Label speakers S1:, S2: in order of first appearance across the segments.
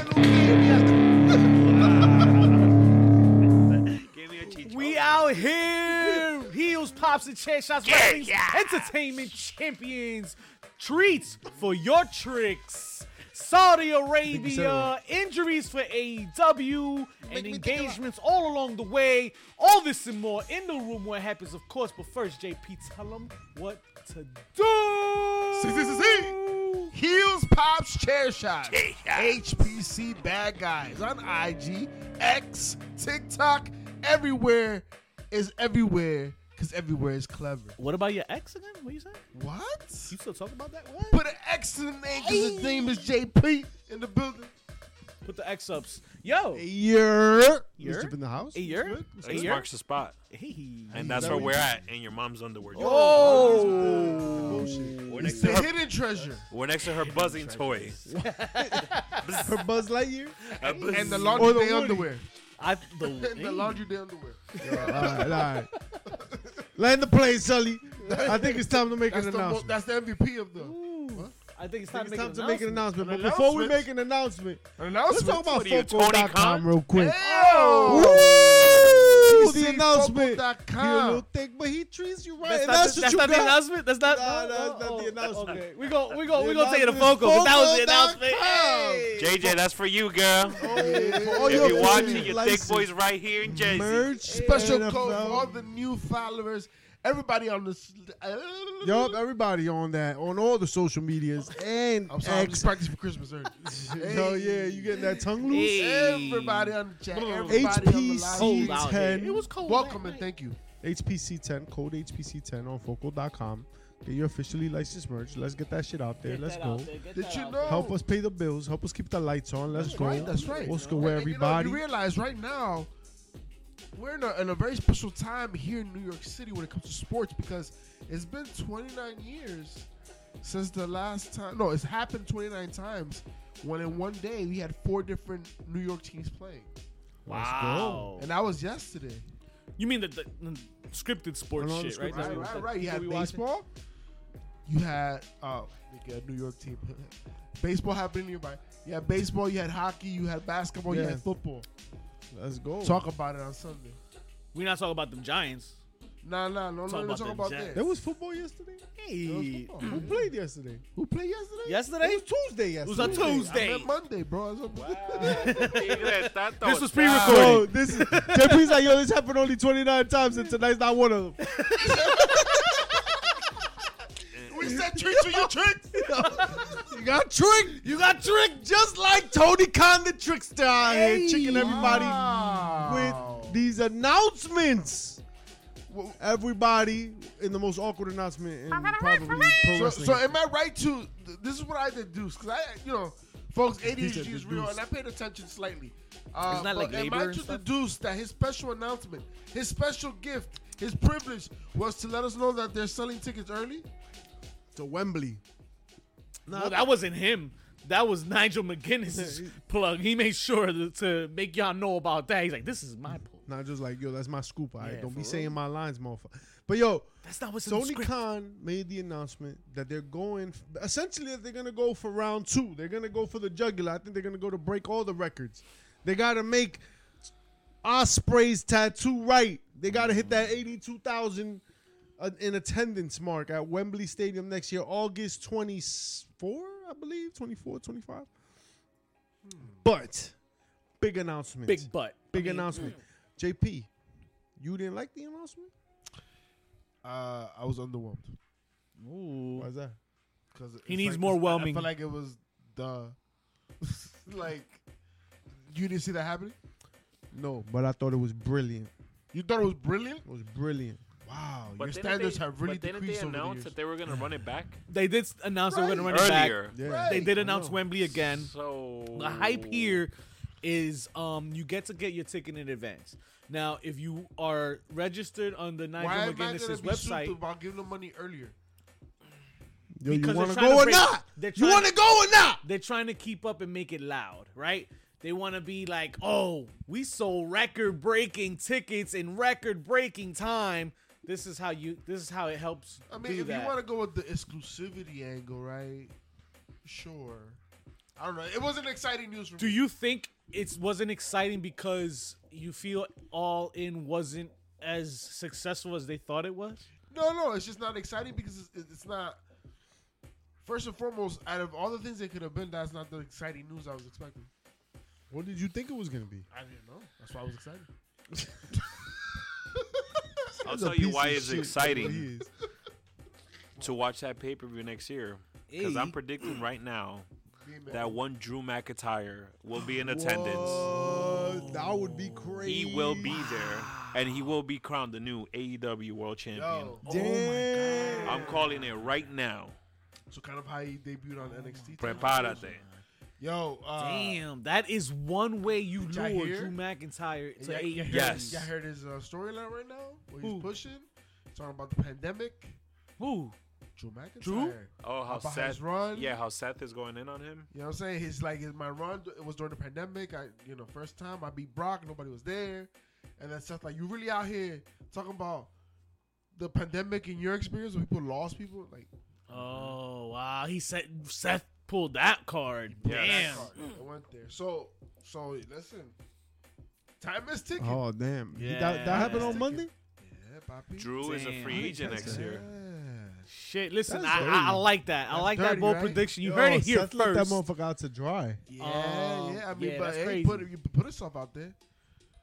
S1: Oh,
S2: Chops and Chair Shots Wrestling's Entertainment Champions. Treats for your tricks. Saudi Arabia, injuries for AEW, and
S1: me think
S2: engagements all along the way. All this and more in the room where it happens, of course. But first, JP, tell them what to do.
S1: See, see, see, see. Heels Pops Chair Shots. HPC Bad Guys on IG, X, TikTok, everywhere is everywhere because everywhere is clever.
S2: What about your ex again? What you say?
S1: What?
S2: You still talk about that? What?
S1: Put an X in the name because his name is JP in the building.
S2: Put the X ups. Yo.
S1: A year.
S2: Year?
S1: in the house.
S2: A year? A
S3: X
S2: year?
S3: marks the spot,
S2: Hey.
S3: and that's
S1: that
S3: where
S1: what
S3: we're
S1: you-
S3: at. In your mom's underwear.
S2: Oh.
S1: Bullshit.
S3: next
S1: It's the
S3: up.
S1: hidden treasure.
S3: We're next to her buzzing toy.
S4: Her Buzz Lightyear.
S1: And the
S4: Or
S1: laundry
S4: the
S1: day
S4: Woody.
S1: underwear.
S2: I, the,
S1: And the laundry day underwear.
S4: all right, all right. Land the plane, Sully. I think it's time to make
S1: That's
S4: an
S1: the, mo-
S4: announcement.
S1: that's the MVP of the
S2: Ooh.
S1: What?
S2: I think it's
S4: I
S2: time,
S4: think
S2: to, make,
S4: it's time to
S2: an
S4: make an announcement. But
S1: An
S4: before we
S1: announcement?
S4: make an announcement, let's
S1: announcement.
S4: talk about
S3: What are you, Tony Khan?
S4: Foco.com real quick.
S1: Oh,
S4: Woo! The announcement. He a little thick, but he treats you right.
S2: That's
S4: and
S2: not,
S4: that's
S2: the,
S4: what
S2: that's
S4: you
S2: not the
S4: got.
S2: announcement. That's not.
S4: Nah,
S2: no,
S4: that's
S2: no,
S4: not
S2: oh,
S4: the announcement.
S2: Okay, we go. We go.
S4: The
S2: We gonna take it to
S4: announcement
S2: Foco. But that was the
S4: Foco.com.
S2: announcement. Hey.
S3: JJ, that's for you, girl.
S4: For all
S3: If
S4: your
S3: you're watching,
S4: favorite
S3: your thick
S4: license,
S3: boys right here in Jersey.
S4: merch,
S1: Special
S4: NFL.
S1: code for all the new followers. Everybody on this. uh,
S4: Yup, everybody on that, on all the social medias and
S1: I'm sorry, I'm
S4: X.
S1: just practicing for Christmas. early.
S4: Yo, yeah, you getting that tongue loose?
S1: Everybody on the chat. Everybody on the
S4: HPC
S2: Cold out here. It was
S4: 10.
S2: cold.
S1: Welcome
S2: man.
S1: and thank you.
S4: HPC 10, code HPC 10 on focal.com. Get your officially licensed merch. Let's get that shit out there.
S2: Get
S4: Let's
S2: that
S4: go.
S2: out there, get
S1: Did
S2: that
S1: you
S2: out
S1: know-
S2: there.
S4: Help us pay the bills. Help us keep the lights on. Let's
S1: That's
S4: go.
S1: right, that's right.
S4: Let's go,
S1: And, you know,
S4: everybody.
S1: You, realize right now we're in a, in a very special time here in New York City when it comes to sports because it's been 29 years since the last time. No, it's happened 29 times. When in one day we had four different New York teams playing,
S2: Wow.
S1: and that was yesterday.
S2: You mean the, the, the scripted sports
S4: Hold on,
S2: shit, right?
S4: scripted
S2: That's
S1: Right,
S2: what-
S1: right, right. You
S2: what we
S1: had
S2: watching?
S1: baseball. You had oh, nigga, a New York team. baseball happened nearby. You had baseball. You had hockey. You had basketball. You
S4: Yeah.
S1: had football.
S4: Let's go.
S1: Talk about it on Sunday.
S2: We not talking about them Giants.
S1: Nah, nah, no,
S2: Talk
S1: no, no.
S2: about
S1: Talk
S2: the
S1: about
S2: Jets.
S1: that.
S4: There was football yesterday.
S1: It was
S2: Hey.
S1: football.
S4: Who played yesterday?
S1: Who played yesterday?
S2: Yesterday?
S4: It was Tuesday yesterday.
S2: It was on
S1: I
S2: Tuesday.
S1: meant Monday, bro. That's what-
S3: This
S2: was pre-recorded.
S4: Yo, this is JP's like, yo, this happened only 29 times, and tonight's not one of them.
S1: we said treat you your tricks.
S4: You got tricked. You got tricked just like Tony Khan the trickster out here, tricking everybody
S1: Wow.
S4: with these announcements.
S1: Well-
S4: Everybody in the most awkward announcement in probably pro
S1: So,
S4: wrestling.
S1: so am I right to? th- This is what I deduce because I, you know, folks, ADHD
S4: said
S1: is real,
S4: deduce.
S1: and I paid attention slightly. Uh,
S2: It's
S1: but
S2: not like
S1: am
S2: labor
S1: I
S2: and
S1: to
S2: stuff?
S1: deduce that his special announcement, his special gift, his privilege was to let us know that they're selling tickets early?
S4: to Wembley.
S2: Well, that wasn't him. That was Nigel McGuinness's plug. He made sure to, to make y'all know about that. He's like, this is my plug.
S4: Not just like, yo, that's my scoop. All right,
S2: Yeah,
S4: don't
S2: for
S4: be
S2: real.
S4: saying my lines, motherfucker. But yo,
S2: That's not what's in the
S4: Tony
S2: script.
S4: Khan made the announcement that they're going, essentially, that they're going to go for round two. They're going to go for the jugular. I think they're going to go to break all the records. They got to make Osprey's tattoo right. They got to hit that 82,000 uh, in attendance mark at Wembley Stadium next year, August 24, I believe, 24, 25. But big announcement.
S2: Hmm. Big butt. I
S4: Big
S2: mean,
S4: announcement. JP, you didn't like the announcement?
S1: Uh, I was underwhelmed
S2: Ooh.
S4: Why is that?
S1: because
S2: He needs more whelming.
S1: I feel like it was the, like, you didn't see that happening.
S4: No, but I thought it was brilliant.
S1: You thought it was brilliant.
S4: It was brilliant.
S1: Wow, your standards have really
S3: but
S1: decreased
S3: didn't
S1: over the
S3: they announce
S1: years.
S3: that they were going to run it back
S2: They did s- announce they were going to run it back.
S3: earlier?
S4: Yeah.
S1: Right.
S2: They did
S1: I
S2: announce
S1: know.
S2: Wembley again.
S3: So
S2: The hype here is um you get to get your ticket in advance. Now, if you are registered on the
S1: Why
S2: Nigel
S1: am I gonna
S2: McGuinness's
S1: be stupid
S2: website,
S1: about giving them money earlier?
S4: Yo,
S2: Because
S4: you
S2: they're
S4: want to
S2: trying to
S4: go or
S2: break-
S4: not?
S2: they're
S4: You
S2: trying
S4: want to
S2: to-
S4: go or not?
S2: they're trying to keep up and make it loud, right? They want to be like, "Oh, we sold record-breaking tickets in record-breaking time." This is how you. This is how it helps.
S1: I mean,
S2: do
S1: if
S2: that.
S1: you want to go with the exclusivity angle, right? Sure. I don't know. It wasn't exciting news for
S2: Do
S1: me.
S2: you think it wasn't exciting because you feel All In wasn't as successful as they thought it was?
S1: No, no, it's just not exciting because it's, it's not. First and foremost, out of all the things that could have been, that's not the exciting news I was expecting.
S4: What did you think it was gonna be?
S1: I didn't know. That's why I was excited.
S3: I'll
S4: He's a
S3: tell you
S4: piece
S3: why
S4: of
S3: it's
S4: shit.
S3: exciting
S4: He is.
S3: to watch that pay per view next year. Because
S2: Hey.
S3: I'm predicting right now
S1: Being mad.
S3: that one Drew McIntyre will be in attendance.
S4: What? Uh, That would be crazy.
S3: He will be there, and he will be crowned the new AEW World Champion.
S2: Oh
S1: Yo.
S4: Damn.
S3: I'm calling it right now.
S1: So kind of how he debuted on NXT.
S3: Prepárate.
S1: Yo, uh,
S2: Damn, that is one way you
S1: Did y'all
S2: lure
S1: hear?
S2: Drew McIntyre to
S1: y'all- y'all
S2: AEW.
S1: heard-
S3: Yes.
S1: Y'all heard his uh, storyline right now? What he's
S2: Who?
S1: pushing? Talking about the pandemic.
S2: Who?
S1: Drew McIntyre.
S3: Oh, how
S1: About
S3: Seth?
S1: his run.
S3: Yeah, how Seth is going in on him.
S1: You know what I'm saying? He's like, is my run it was during the pandemic. I, you know, first time I beat Brock, nobody was there. And then Seth, like, you really out here talking about the pandemic and your experience when people lost people? Like,
S2: Oh wow, he said Seth pulled that card.
S3: pulled that
S2: Damn.
S1: fuck, I went there. So, so listen, time is ticking.
S4: Oh damn! He- That,
S2: Yeah.
S4: that happened on Monday.
S1: Yeah, Papi.
S3: Drew is a
S2: Damn.
S3: free agent next year.
S1: Yeah.
S2: Shit, listen,
S4: That's
S2: I,
S4: dirty.
S2: I, I like that. I
S1: That's
S2: like that
S1: dirty,
S2: bold
S1: right?
S2: prediction. You
S4: Yo,
S2: heard it here
S4: Seth let
S2: first.
S4: that motherfucker out to dry.
S1: Yeah,
S2: Um,
S1: yeah. I mean,
S2: yeah,
S1: but
S2: that's
S1: hey,
S2: crazy.
S1: put you put yourself out there.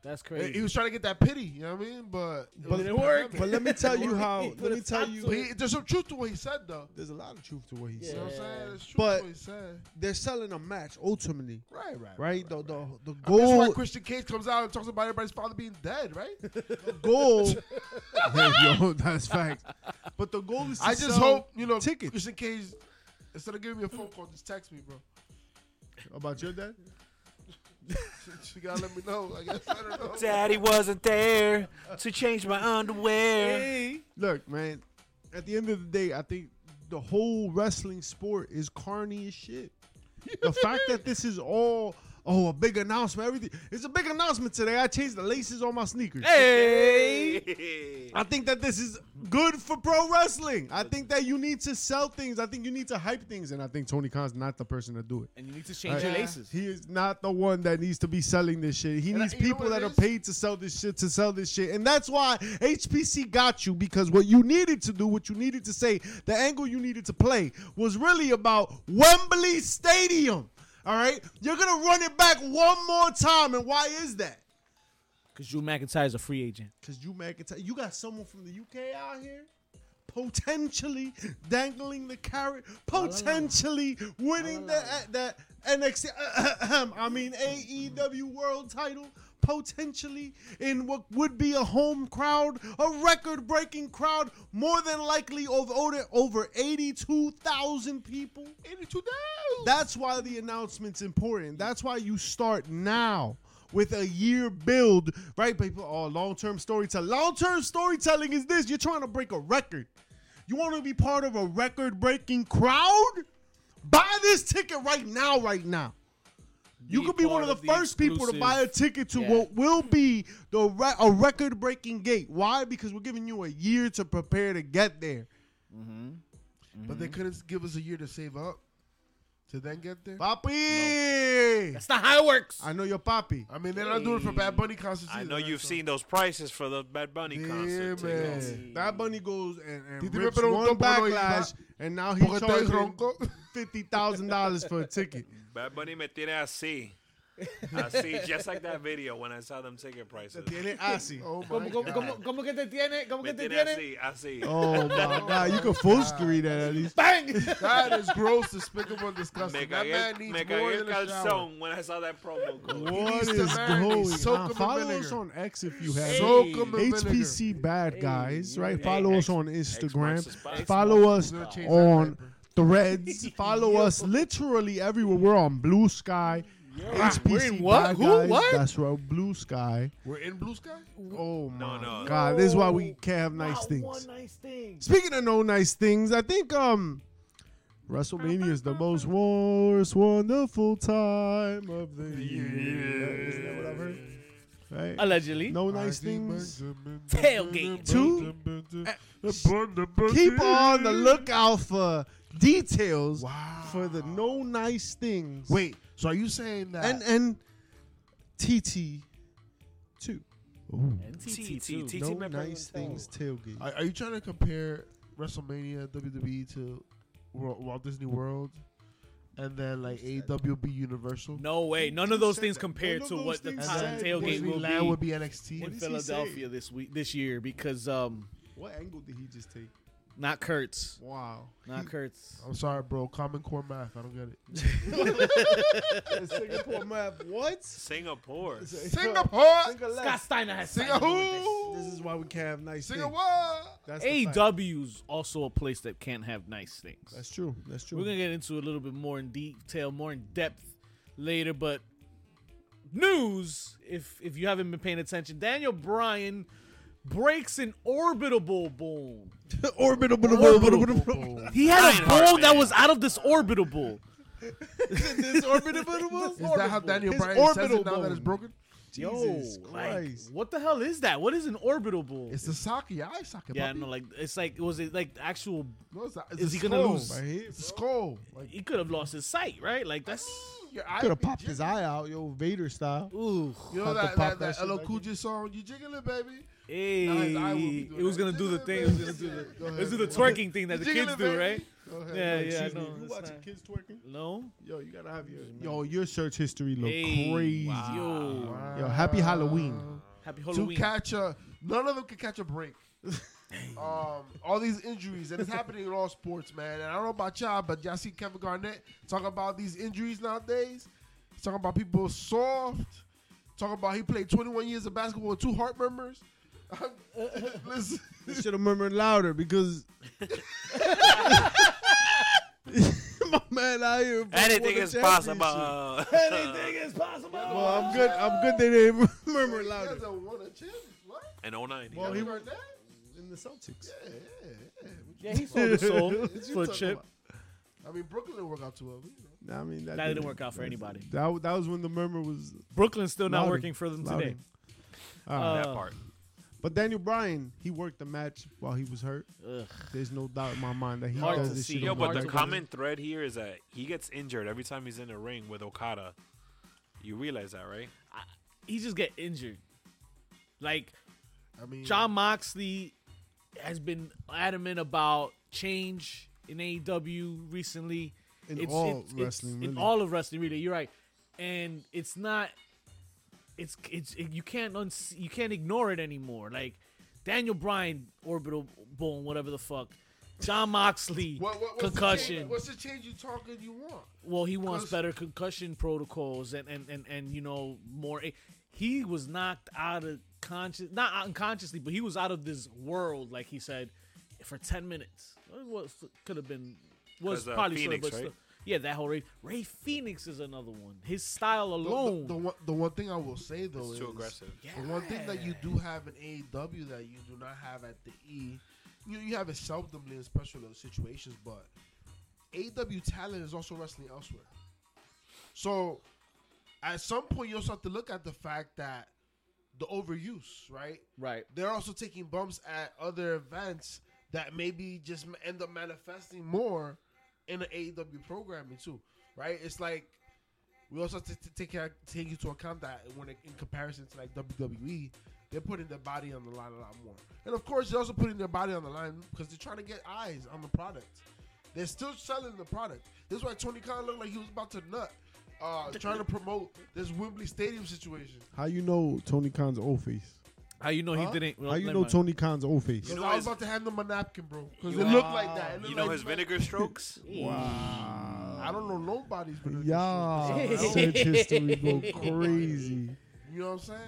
S2: That's
S1: He-
S2: crazy.
S1: He was trying to get that pity, you know what I mean? But
S2: But
S1: was
S2: it worked.
S4: But
S1: pandemic.
S4: let me tell you how.
S2: He put
S4: Let me
S2: a
S4: tell
S2: stop
S4: you.
S2: to
S1: But he- there's some truth to what he said, though.
S4: There's a lot of truth to what he
S1: You know
S4: said.
S1: what I'm
S2: Yeah.
S1: saying? There's truth
S4: But-
S1: to what he said.
S4: They're selling a match ultimately,
S1: Right, right,
S4: right? The the the
S1: I mean, That's why
S4: goal
S1: Christian Cage comes out and talks about everybody's father being dead, right?
S4: goal. Hey, yo, that's fact. But the goal is. To
S1: I just
S4: sell
S1: hope you know
S4: tickets.
S1: Christian Cage. Instead of giving me a phone call, just text me, bro.
S4: about your dad.
S1: She gotta let me know. I guess I don't know.
S3: Daddy wasn't there to change my underwear.
S4: Look, man. At the end of the day, I think the whole wrestling sport is carny as shit. The fact that this is all oh a big announcement, everything. It's a big announcement today. I changed the laces on my sneakers.
S2: Hey.
S4: I think that this is good for pro wrestling. I think that you need to sell things. I think you need to hype things, and I think Tony Khan's not the person to do it.
S2: And you need to change your
S4: Right?
S2: laces.
S4: He is not the one that needs to be selling this shit. He
S1: And I-
S4: needs
S1: you know
S4: people
S1: what it
S4: that are
S1: is?
S4: paid to sell this shit to sell this shit, and that's why HPC got you because what you needed to do, what you needed to say, the angle you needed to play was really about Wembley Stadium. All right, you're gonna run it back one more time, and why is that?
S2: Because Drew McIntyre is a free agent.
S4: Cause you McIntyre, you got someone from the UK out here, potentially dangling the carrot, potentially winning the uh, the NXT. uh, um, I mean AEW World Title, potentially in what would be a home crowd, a record-breaking crowd, more than likely of over over eighty-two thousand people.
S1: Eighty-two days.
S4: That's why the announcement's important. That's why you start now with a year build, right? People, oh, long term storytelling. Long term storytelling is this you're trying to break a record. You want to be part of a record breaking crowd? Buy this ticket right now, right now. You
S2: Be
S4: could be
S2: part
S4: one of the,
S2: of the
S4: first people to buy a ticket to
S2: Yeah.
S4: what will be the re- a record breaking gate. Why? Because we're giving you a year to prepare to get there.
S1: But they couldn't give us a year to save up to then get there.
S4: Papi!
S2: That's not how it works.
S4: I know your papi.
S1: I mean, they're not doing it for Bad Bunny concerts.
S3: I
S1: either,
S3: know
S1: right?
S3: you've
S1: So-
S3: seen those prices for the Bad Bunny
S1: Yeah,
S3: concert
S1: man.
S3: tickets.
S4: That bunny goes and, and
S1: Did you
S4: rips
S1: remember
S4: one
S1: Don Bono iba?
S4: backlash, and now he
S1: Porque estoy
S4: charging
S1: ronco.
S4: fifty thousand dollars for a ticket.
S3: Bad Bunny me tiene así. Así, just like that video when I saw them ticket prices.
S4: Tiene así.
S1: Oh my
S2: ¿Cómo, cómo,
S1: God.
S2: cómo, cómo que te tiene? ¿Cómo
S3: Me
S2: que te
S3: tiene
S2: tiene?
S3: así, así.
S4: Oh my god! You can full screen that at least.
S2: Bang!
S1: That is gross, despicable, and disgusting.
S3: Me
S1: that man
S3: cagué,
S1: needs more
S3: me cagué el
S1: than a shower.
S3: calzón when I saw that promo code.
S4: What
S1: needs
S4: is
S1: to learn.
S4: going
S1: He's soaking
S4: on?
S1: with
S4: Follow
S1: vinegar.
S4: us on X if you have
S1: Soak
S2: Hey.
S1: him in vinegar.
S4: HPC bad guys, right?
S3: Hey,
S4: Follow
S3: X-
S4: us on
S3: X marks the
S4: Instagram.
S3: spot.
S4: Follow us
S1: He's gonna change that
S4: on
S1: diaper.
S4: Threads. Follow us literally everywhere. We're on Blue Sky. HPC
S2: We're in what?
S4: Bad
S2: Who?
S4: Guys.
S2: What?
S4: That's right, Blue Sky.
S1: We're in Blue Sky.
S4: Oh my
S3: no.
S4: god! This is why we
S2: No.
S4: can't have nice
S2: Not
S4: things.
S2: One nice thing.
S4: Speaking of no nice things, I think um WrestleMania is the most worst wonderful time of the year. Isn't that what I've heard? Right?
S2: Allegedly.
S4: No nice things.
S2: Tailgate.
S4: Two, Keep on the lookout for details
S1: Wow.
S4: for the no nice things.
S1: Wait. So are you saying that?
S4: and and TT two.
S1: Ooh.
S2: NTT
S3: T-
S2: too.
S3: T-
S4: No
S3: Team member
S4: nice things tailgate.
S1: Are, are you trying to compare WrestleMania WWE to World, Walt Disney World, and then like AWB Universal?
S2: No way. None of
S4: Who
S2: those
S4: said
S2: things
S4: that?
S2: compare
S4: None of
S2: to
S4: those
S2: what the
S4: things
S2: top
S4: said
S2: tailgate will
S1: Disneyland
S2: be,
S1: would be
S4: What
S1: NXT.
S2: in
S4: does he say?
S2: Philadelphia this week this year because um
S4: What angle did he just take?
S2: not Kurtz.
S4: Wow.
S2: Not Kurtz.
S1: I'm sorry, bro. Common core math. I don't get it.
S4: Singapore map. What?
S3: Singapore.
S1: Singapore,
S4: Single
S2: Scott
S4: left.
S2: Steiner has
S1: Singapore, oh!
S4: This is why we can't have nice
S1: Singapore.
S4: things. That's the fact.
S2: AW's also a place that can't have nice things.
S4: That's true. That's true.
S2: We're gonna get into a little bit more in detail, more in depth later, but news, if if you haven't been paying attention, Daniel Bryan breaks an orbital bone.
S4: orbital,
S2: He had a
S3: Iron Heart
S2: bone that
S3: Man.
S2: was out of this orbital bone.
S4: This orbital
S1: Is that how Daniel
S4: His
S1: Bryan says
S4: orbital
S1: it now that
S4: bone.
S1: it's broken?
S4: Jesus
S2: Yo,
S4: Christ.
S2: Like, what the hell is that? What is an orbital bone?
S1: It's the socket. Yeah, I socket.
S2: yeah,
S1: puppy.
S2: no, like it's like was it like actual?
S1: No, it's not. It's
S2: Is
S1: a
S2: he gonna
S1: skull.
S2: lose?
S4: Right here,
S1: It's a skull. Like
S2: He could have lost his sight, right? Like that's
S1: your eye
S4: Could have
S1: be
S4: popped his
S1: jiggling.
S4: eye out, yo, Vader style.
S2: ooh.
S1: You know
S4: Had
S1: that
S4: to pop
S1: that,
S4: that
S1: that
S4: shit
S1: LL
S4: back
S1: Cool
S4: in.
S1: J song? You jiggling it, baby.
S2: Hey,
S1: Nah, his eye will be doing
S2: it was
S1: that.
S2: gonna do the thing. It was gonna do the.
S1: Go
S2: It was do
S1: ahead.
S2: the twerking thing that the
S1: You jiggling
S2: kids
S1: it, baby?
S2: do, right?
S1: Go ahead.
S2: Yeah, yeah.
S4: Excuse me,
S2: No,
S4: you
S2: that's
S4: watching
S2: not-
S4: kids twerking?
S2: no.
S4: Yo, you gotta have your yo. Your search history look
S2: Hey,
S4: crazy.
S2: Yo,
S4: Yo, happy Halloween.
S2: happy
S1: To
S2: Halloween.
S1: catch a, none of them can catch a break. um, all these injuries, and it's happening in all sports, man. And I don't know about y'all, but y'all see Kevin Garnett talking about these injuries nowadays. He's talking about people soft. Talking about he played 21 years of basketball with two heart murmurs. Listen,
S4: You should have murmured louder because my man out here.
S3: Anything is possible.
S2: Anything is possible.
S4: Well, I'm good. I'm good. They didn't murmur
S1: he
S4: louder.
S1: hasn't won a championship. What?
S3: In 09.
S4: Well,
S1: Kevin
S4: he-
S1: Garnett?
S4: In the Celtics.
S1: Yeah, yeah, yeah.
S2: Yeah, he sold his soul
S1: What you
S2: for a
S1: talking
S2: chip.
S1: about? I mean, Brooklyn didn't work out too well. but, you know.
S4: Nah, I mean that,
S2: That didn't work out for anybody.
S4: That w- that was when the murmur was
S2: Brooklyn's still not
S4: Louder.
S2: working for them
S4: louder.
S2: today.
S4: All right.
S3: that
S2: uh,
S3: part.
S4: but Daniel Bryan, he worked the match while he was hurt.
S2: Ugh.
S4: There's no doubt in my mind that he
S2: Hard
S4: does
S2: to
S4: this
S2: see.
S4: shit.
S2: you
S3: Yo,
S4: on
S3: but
S2: hard
S3: the
S2: to
S4: purpose.
S3: common thread here is that he gets injured every time he's in the ring with Okada. You realize that, right?
S2: He just get injured. Like
S1: I
S4: Mm.
S1: mean,
S2: John Moxley has been adamant about change in AEW recently.
S4: In all wrestling,
S2: it's, in
S4: really.
S2: all of wrestling, really. You're right, and it's not. It's it's it, you can't uns you can't ignore it anymore. Like Daniel Bryan, orbital bone, whatever the fuck. John Moxley,
S1: What, what, what's The
S2: concussion.
S1: change, what's the change you talking you want?
S2: Well, he wants
S1: Cause-
S2: better concussion protocols and and and and you know more. He was knocked out of conscious, not unconsciously, but he was out of this world, like he said, for ten minutes. What could have been was
S3: 'Cause, uh,
S2: probably
S3: Phoenix,
S2: so, but
S3: right?
S2: still- yeah, that whole Ray Ray Phoenix is another one. His style
S1: The,
S2: alone,
S1: the, the one, the one thing I will say though
S3: It's
S1: is
S3: too aggressive.
S1: The one thing that you do have in AEW that you do not have at the E, you you have it seldomly in special situations, but AEW talent is also wrestling elsewhere. So, at some point, you also have to look at the fact that the overuse, right?
S2: right?
S1: They're also taking bumps at other events that maybe just ma- end up manifesting more in the AEW programming too, right? It's like we also have to t- take care- take into account that when it, in comparison to like WWE, they're putting their body on the line a lot more, and of course they're also putting their body on the line because they're trying to get eyes on the product. They're still selling the product. This is why Tony Khan looked like he was about to nut, uh, trying to promote this Wembley Stadium situation.
S4: How you know Tony Khan's old face?
S2: How you know
S1: Huh?
S2: he didn't? well,
S4: How you
S2: never
S4: know
S2: mind.
S4: Tony Khan's old face?
S3: You
S1: Because
S3: know
S1: I was
S3: his-
S1: about to hand him a napkin, bro. Because
S3: You
S1: it
S3: know-
S1: looked like that. It looked
S3: You know
S1: like
S3: his
S1: that.
S3: vinegar strokes?
S4: Wow.
S1: I don't know nobody's vinegar.
S4: Uh, Yeah,
S1: strokes.
S2: Say-
S4: search history go crazy.
S1: you know what I'm saying?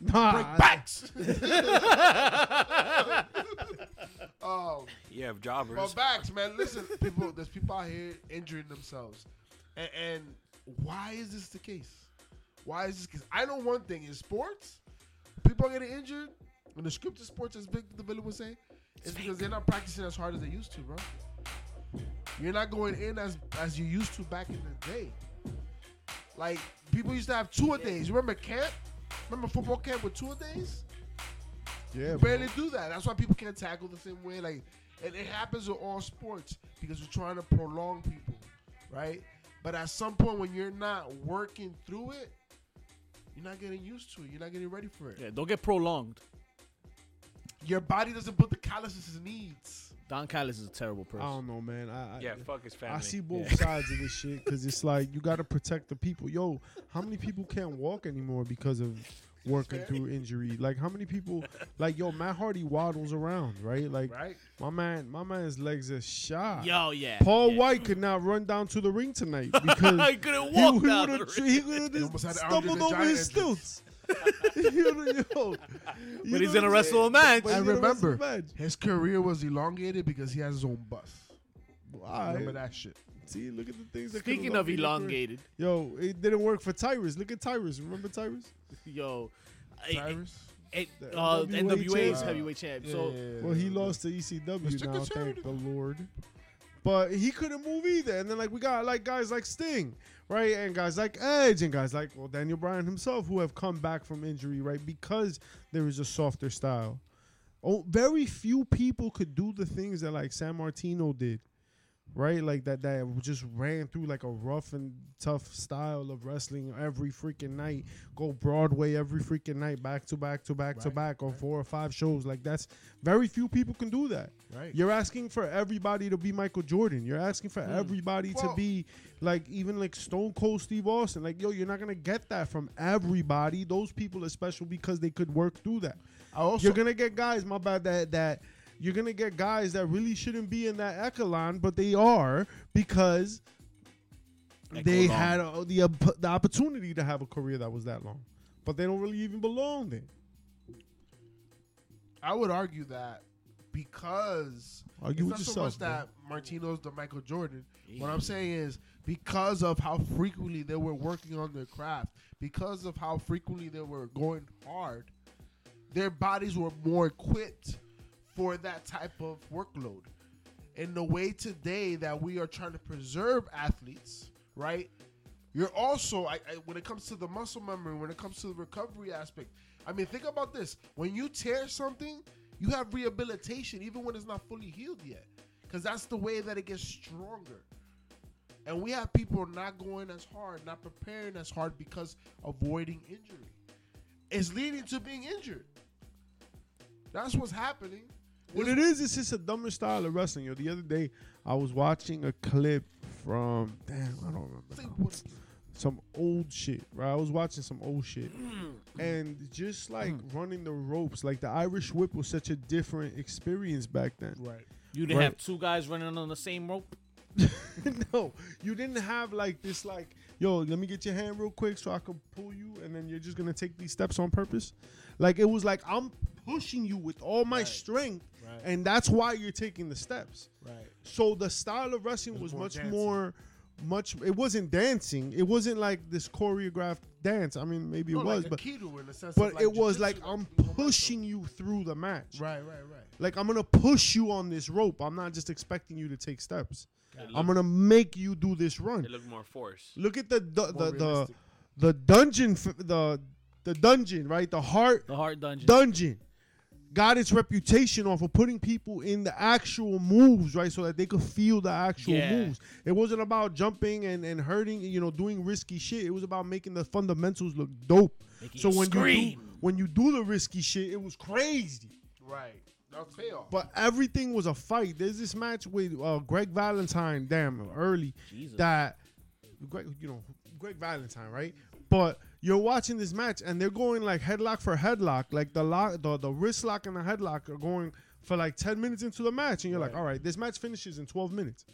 S4: Nah,
S1: Break
S4: I-
S1: backs. um,
S3: You have jobbers.
S1: but backs, man. Listen, people. There's people out here injuring themselves, and, and why is this the case? Why is this? Because I know one thing in sports, people are getting injured. In the scripted sports, as Big the Villain would say, it's because they're not practicing as hard as they used to, bro. You're not going in as as you used to back in the day. Like people used to have two a days. Remember camp? Remember football camp with two a days?
S4: Yeah, bro.
S1: barely do that. That's why people can't tackle the same way. Like, and it happens in all sports because we're trying to prolong people, right? But at some point, when you're not working through it, You're not getting used to it. You're not getting ready for it.
S2: Yeah, don't get prolonged.
S1: Your body doesn't put the calluses it needs.
S2: Don Callis is a terrible
S4: I
S2: person.
S4: don't know, man. I, I,
S3: Yeah, fuck his family.
S4: I see both
S2: Yeah.
S4: sides of this shit because it's like you got to protect the people. Yo, how many people can't walk anymore because of working through injury? Like how many people? Like yo, Matt Hardy waddles around, right? Like
S1: Right?
S4: my man, my man's legs are shot.
S2: Yo, yeah.
S4: Paul
S2: yeah.
S4: White could not run down to the ring tonight because
S2: he couldn't
S4: he,
S2: walk
S4: he
S2: down the
S4: would
S2: ring.
S4: have
S1: almost had
S4: just
S1: Andre
S4: stumbled
S1: the
S4: over
S1: Giant
S4: his stilts. You know,
S2: But he's
S4: yo, you know
S2: gonna
S4: what I'm
S2: wrestle a
S4: saying?
S2: match.
S4: But he's
S1: And
S4: gonna wrestle
S1: remember-
S4: a match.
S1: His career was elongated because he has his own bus.
S4: All
S1: Remember
S4: right.
S1: that shit.
S4: See, look at the things that could've
S2: Speaking of
S4: elongated your career.
S2: elongated,
S4: Yo, it didn't work for Tyrus. Look at Tyrus. Remember Tyrus?
S2: yo, it-
S1: Tyrus.
S2: it-
S4: The
S2: uh,
S4: NWA
S2: NWA's
S1: champ.
S2: heavyweight champ. So
S4: Well, he lost to ECW
S1: Mr.
S4: now, thank
S1: Conservative.
S4: the Lord. But he couldn't move either. And then like we got like guys like Sting, right? And guys like Edge and guys like well Daniel Bryan himself who have come back from injury, right? Because there is a softer style. Oh, very few people could do the things that like San Martino did. Right? Like that that just ran through like a rough and tough style of wrestling every freaking night. Go Broadway every freaking night, back to back to back to
S1: Right,
S4: back on four or five shows. Like that's very few people can do that.
S1: Right.
S4: You're asking for everybody to be Michael Jordan. You're asking for everybody to
S1: Mm. Well-
S4: be like even like Stone Cold Steve Austin. Like yo, you're not gonna get that from everybody. Those people are special because they could work through that.
S1: I also
S4: you're gonna get guys, my bad, that that you're gonna get guys that really shouldn't be in that echelon, but they are because they
S2: Echelon.
S4: had uh, the op- the opportunity to have a career that was that long, but they don't really even belong there.
S1: I would argue that because
S4: Argue
S1: it's
S4: with
S1: not so
S4: yourself,
S1: much
S4: bro.
S1: that Martino's the Michael Jordan. What I'm saying is because of how frequently they were working on their craft, because of how frequently they were going hard, their bodies were more equipped for that type of workload. In the way today that we are trying to preserve athletes, right? You're also, I, I, when it comes to the muscle memory, when it comes to the recovery aspect, I mean, think about this. When you tear something, you have rehabilitation even when it's not fully healed yet. Because that's the way that it gets stronger. And we have people not going as hard, not preparing as hard because avoiding injury. It's leading to being injured. That's what's happening.
S4: What it is, it's just a dumber style of wrestling. Yo, the other day I was watching a clip from damn, I don't remember
S1: Think
S4: now.
S1: what-
S4: some old shit. Right, I was watching some old shit, and just like running the ropes, like the Irish whip was such a different experience back then.
S1: Right.
S2: you didn't
S4: Right.
S2: have two guys running on the same rope.
S4: no, you didn't have like this like, yo, let me get your hand real quick so I can pull you, and then you're just gonna take these steps on purpose. Like it was like I'm pushing you with all my strength,
S1: Right.
S4: and that's why you're taking the steps.
S1: Right.
S4: So the style of wrestling
S1: was
S4: was,
S1: more
S4: much
S1: dancing.
S4: more, much. It wasn't dancing. It wasn't like this choreographed dance. I mean, maybe it
S1: No,
S4: was,
S1: like
S4: but
S1: Aikido in the sense
S4: but
S1: of like
S4: it was
S1: jujitsu,
S4: like I'm
S1: you know,
S4: pushing you through the match.
S1: Right, right, right.
S4: Like I'm gonna push you on this rope. I'm not just expecting you to take steps.
S3: It
S4: I'm
S3: looked,
S4: gonna make you do this run.
S3: it looked more forced.
S4: Look at the
S1: More
S4: the the, the
S1: realistic.
S4: the dungeon f- the the dungeon right the heart
S2: The hard dungeon.
S4: dungeon got its reputation off of putting people in the actual moves right so that they could feel the actual
S2: Yeah.
S4: moves it wasn't about jumping and and hurting you know doing risky shit it was about making the fundamentals look dope
S2: Making
S4: so
S2: you
S4: when you do,
S2: scream.
S4: when you do the risky shit it was crazy
S1: Right. Now fail.
S4: but everything was a fight. There's this match with uh, Greg Valentine, damn early,
S2: Jesus.
S4: that Greg, you know, Greg Valentine, right? But you're watching this match and they're going like headlock for headlock, like the lock, the, the wrist lock and the headlock are going for like 10 minutes into the match, and you're like, all right, this match finishes in 12 minutes.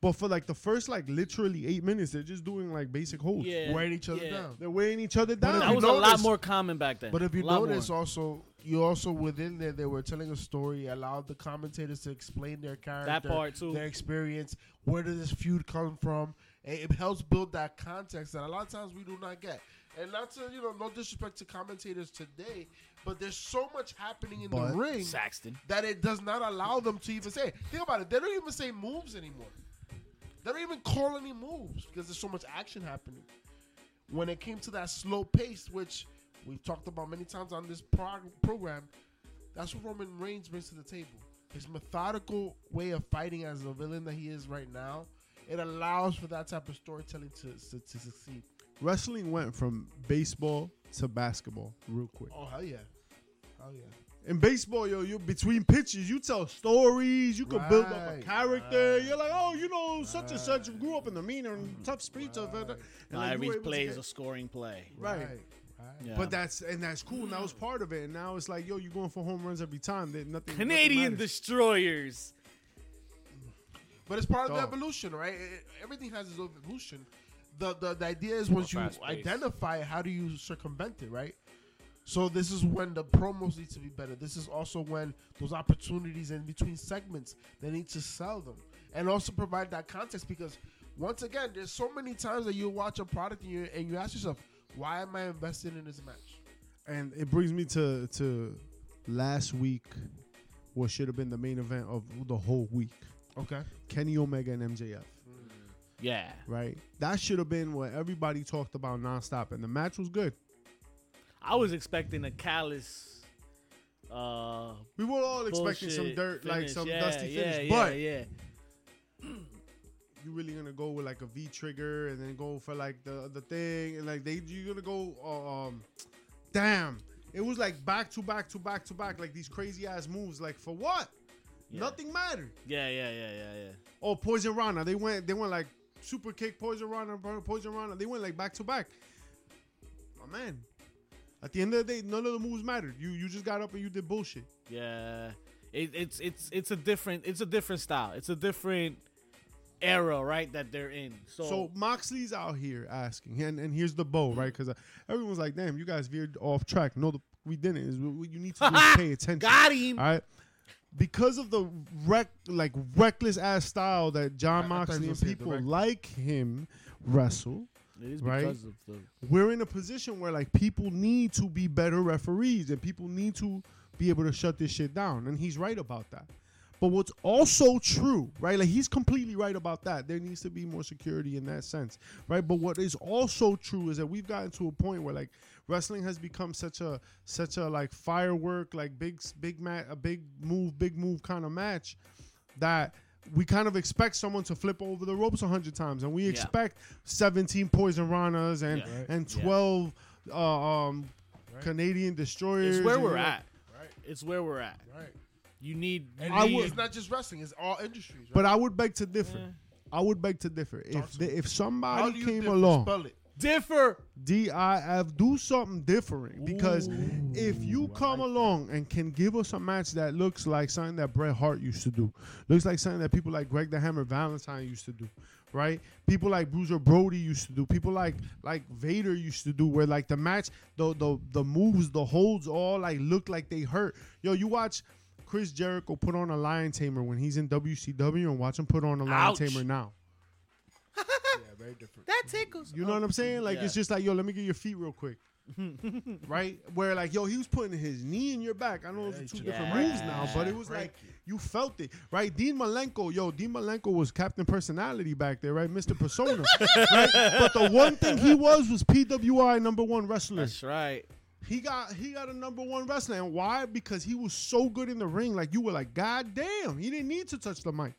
S4: But for like the first like literally eight minutes, they're just doing like basic holds.
S2: yeah,
S1: wearing each other
S2: yeah.
S1: down.
S4: They're weighing each other down.
S1: if
S2: That
S1: you
S2: was a lot
S1: notice-
S2: more common back then.
S1: But if you
S2: A lot
S1: notice,
S2: more.
S1: also you also within there they were telling a story, allowed the commentators to explain their character,
S2: part, too.
S1: their experience, where did this feud come from, and it helps build that context that a lot of times we do not get. And not to you know, no disrespect to commentators today, but there's so much happening in
S4: But-
S1: the ring
S2: Saxton,
S1: that it does not allow them to even say. Think about it; they don't even say moves anymore. They don't even call any moves because there's so much action happening. When it came to that slow pace, which we've talked about many times on this prog- program, that's what Roman Reigns brings to the table. His methodical way of fighting as a villain that he is right now, it allows for that type of storytelling to, to, to succeed.
S4: wrestling went from baseball to basketball real quick.
S1: Oh hell yeah, hell yeah.
S4: In baseball, yo, you're between pitches, you tell stories, you can build up a
S1: Right,
S4: character. You're like, oh, you know, such and such grew up in the mean and tough streets of it. And
S2: Not
S4: then you
S2: every
S4: were able to
S2: play is
S4: get-
S2: a scoring play.
S4: right.
S1: right.
S2: Yeah.
S4: But that's and that's cool. And that was part of it. And now it's like, yo, you're going for home runs every time. That nothing. nothing
S2: Canadian
S4: matters.
S2: destroyers.
S1: But it's part of the
S4: Dog.
S1: evolution, right? It- it- everything has its own evolution. The the, the idea is once you
S3: fast pace.
S1: identify, how do you circumvent it, right? So this is when the promos need to be better. This is also when those opportunities in between segments they need to sell them and also provide that context because once again, there's so many times that you watch a product and you and you ask yourself, why am I invested in this match?
S4: and it brings me to to last week, what should have been the main event of the whole week:
S1: Okay,
S4: Kenny Omega and MJF.
S2: Yeah.
S4: Right, that should have been what everybody talked about nonstop, and the match was good.
S2: I was expecting a callous uh
S4: We were all expecting some
S2: bullshit
S4: dirt, like
S2: finish.
S4: some
S2: Yeah,
S4: dusty
S2: yeah,
S4: finish,
S2: yeah,
S4: but
S2: yeah.
S4: you really gonna go with like a V trigger and then go for like the the thing and like they you gonna go uh, um damn it was like back to back to back to back like these crazy ass moves like for what
S2: Yeah.
S4: nothing mattered
S2: Yeah, yeah, yeah, yeah, yeah.
S4: oh poison Rana they went they went like super kick poison Rana Bro- poison Rana they went like back to back my man at the end of the day none of the moves mattered you you just got up and you did bullshit
S2: Yeah, it, it's it's it's a different it's a different style. It's a different era, right? That they're in. So,
S4: So Moxley's out here asking, and, and here's the bow, right? Because everyone's like, "Damn, you guys veered off track." No, the, we didn't. Is what you need to do is pay attention.
S2: got him.
S4: All right, because of the rec- like reckless ass style that John
S1: I- I thought
S4: Moxley
S1: you
S4: and
S1: said the
S4: people
S1: rec-
S4: like him wrestle,
S2: It is
S4: right?
S2: because of the
S4: we're in a position where like people need to be better referees and people need to be able to shut this shit down and he's right about that but what's also true right like he's completely right about that there needs to be more security in that sense right but what is also true is that we've gotten to a point where like wrestling has become such a such a like firework like big big mat a big move big move kind of match that we kind of expect someone to flip over the ropes a hundred times, and we expect seventeen poison ranas and
S2: Yeah. Right.
S4: and
S2: Yeah.
S4: twelve uh, um, Canadian destroyers.
S2: it's where
S4: and,
S2: we're
S4: you know,
S2: at.
S1: Right.
S2: It's where we're at.
S1: right.
S2: You need. You
S1: I
S2: need-
S1: It's not just wrestling; it's all industries. Right?
S4: But I would beg to differ.
S2: Yeah.
S4: I would beg to differ.
S1: Talk
S4: If
S1: to
S4: they, if somebody came
S1: differ-
S4: along,
S1: Spell it.
S2: differ.
S4: DIF do something different because if you come along and can give us a match that looks like something that Bret Hart used to do, looks like something that people like Greg the Hammer Valentine used to do, right? People like Bruiser Brody used to do, people like like Vader used to do, where like the match, the the the moves, the holds, all like look like they hurt. Yo, you watch. Chris Jericho put on a lion tamer when he's in WCW, and watch him put on a lion
S2: Ouch.
S4: tamer now.
S1: Yeah, very different.
S2: That tickles.
S4: You know what I'm saying? Like
S2: Yeah.
S4: it's just like, yo, let me get your feet real quick. right? Where like, yo, he was putting his knee in your back. I know it's two
S2: Yeah.
S4: different moves now, but it was
S1: Break
S4: like you felt it, right? Dean Malenko, yo, Dean Malenko was Captain Personality back there, right? Mr. Persona. right? But the one thing he was was PWI number one wrestler.
S2: That's right.
S4: He got he got a number one wrestler. And why? Because he was so good in the ring. Like you were like, God damn, he didn't need to touch the mic.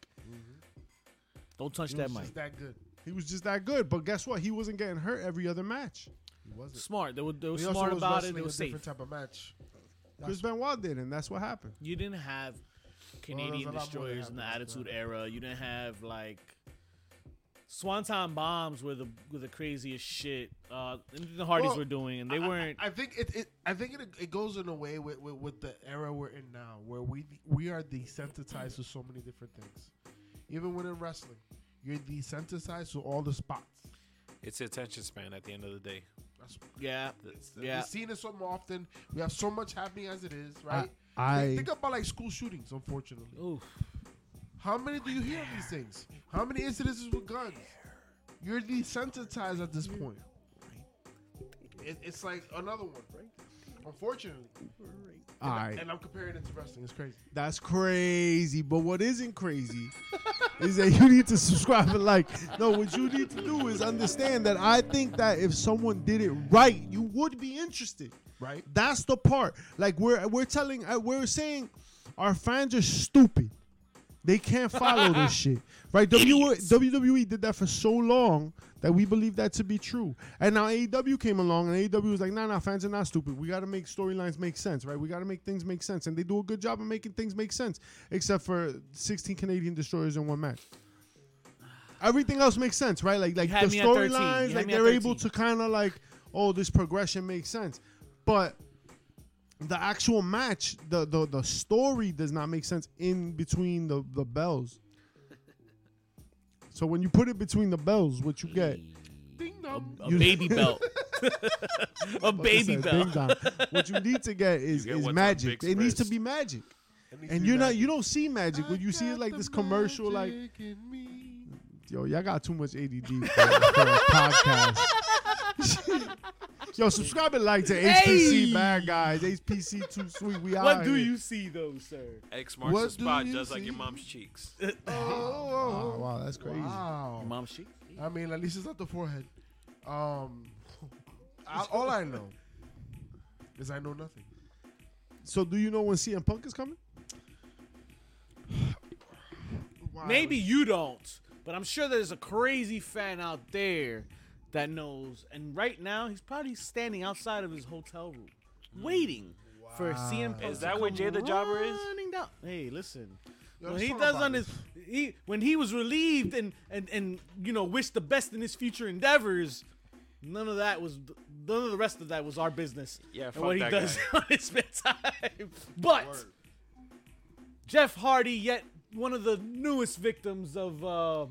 S2: Don't touch that mic.
S1: It's that good.
S4: He was just that good. But guess what? He wasn't getting hurt every other match.
S1: He wasn't.
S2: Smart. They were, they were
S1: He also
S2: smart
S1: was
S2: about it.
S1: wrestling
S2: They were
S1: a
S2: safe.
S1: different type of match.
S4: Chris Benoit did, and that's what happened.
S2: You didn't have Canadian
S1: a lot more that
S2: destroyers in the
S1: happened, so-
S2: Attitude Era. You didn't have like Swanton bombs were the were the craziest shit. Uh, and the Hardys
S1: Well,
S2: were doing, and they
S1: I- I-
S2: weren't.
S1: I, think it, it. I think it, it goes in a way with, with, with the era we're in now, where we we are desensitized to so many different things. Even when in wrestling, you're desensitized to all the spots.
S3: It's the attention span at the end of the day.
S1: That's,
S2: yeah, yeah.
S1: We've seen it so more often. We have so much happening as it is, right?
S4: I-
S1: Think-
S4: I-
S1: think about like school shootings. Unfortunately,
S2: Oof.
S1: how many do you hear of these things? How many incidences with guns? You're desensitized at this point. It, it's like another one. Unfortunately,
S4: All right,
S1: and I'm comparing it to wrestling. It's crazy.
S4: that's crazy. But what isn't crazy is that you need to subscribe and like. No, what you need to do is understand that I think that if someone did it right, you would be interested.
S1: Right.
S4: That's the part. Like we're we're telling, uh, we're saying, our fans are stupid. They can't follow this shit, right? E, WWE, WWE did that for so long that we believe that to be true, and now AEW came along and AEW was like, "Nah, nah, fans are not stupid. We got to make storylines make sense, right? We got to make things make sense, and they do a good job of making things make sense, except for 16 Canadian destroyers in one match. Everything else makes sense, right? Like, like
S2: had
S4: the
S2: me at 13. You
S4: storylines,
S2: had
S4: like
S2: me at
S4: they're able
S2: 13.
S4: to kind of like, oh, this progression makes sense, but the actual match, the the, the story does not make sense in between the, the bells. So when you put it between the bells, what you get?
S1: Ding dong.
S4: Um,
S2: A baby belt. a baby
S4: It says ding
S2: belt.
S4: dong. What you need to get is,
S3: You get
S4: is
S3: what's on
S4: magic.
S3: Big
S4: It needs to
S3: Spritz.
S4: be magic,
S1: It needs to
S4: and
S1: be
S4: you're not.
S1: magic.
S4: You don't see magic. What you
S1: I
S4: see is
S1: got
S4: like
S1: the
S4: this commercial, like
S1: magic in me.
S4: yo, y'all got too much ADD for, for a podcast. yo, subscribe and like to HPC
S2: Hey!
S4: Bad Guys, HPC Too Sweet. We out
S2: What do
S4: here.
S2: you see though, sir?
S3: X marks
S1: What
S3: the spot
S1: do you
S3: just like
S1: see?
S3: your mom's cheeks.
S4: Wow,
S1: Oh,
S4: Ah, wow, that's crazy.
S1: wow.
S2: Mom, she.
S1: I mean, at least it's not the forehead. Um, I, all I know is I know nothing.
S4: So do you know when CM Punk is coming?
S1: Wow.
S2: Maybe you don't, but I'm sure there's a crazy fan out there that knows. And right now, he's probably standing outside of his hotel room, waiting for CM Punk.
S3: Is
S2: to
S3: that where
S2: come
S3: Jay the Jobber is?
S2: running down- Hey, listen.
S1: Yo,
S2: when
S1: let's
S2: he
S1: talk
S2: does
S1: about
S2: on his, he when he was relieved and and and you know wished the best in his future endeavors, none of that was none of the rest of that was our business.
S3: Yeah,
S2: and
S3: fuck
S2: what he
S3: that
S2: does
S3: guy.
S2: on his spare time. But
S1: Word.
S2: Jeff Hardy, yet one of the newest victims of uh,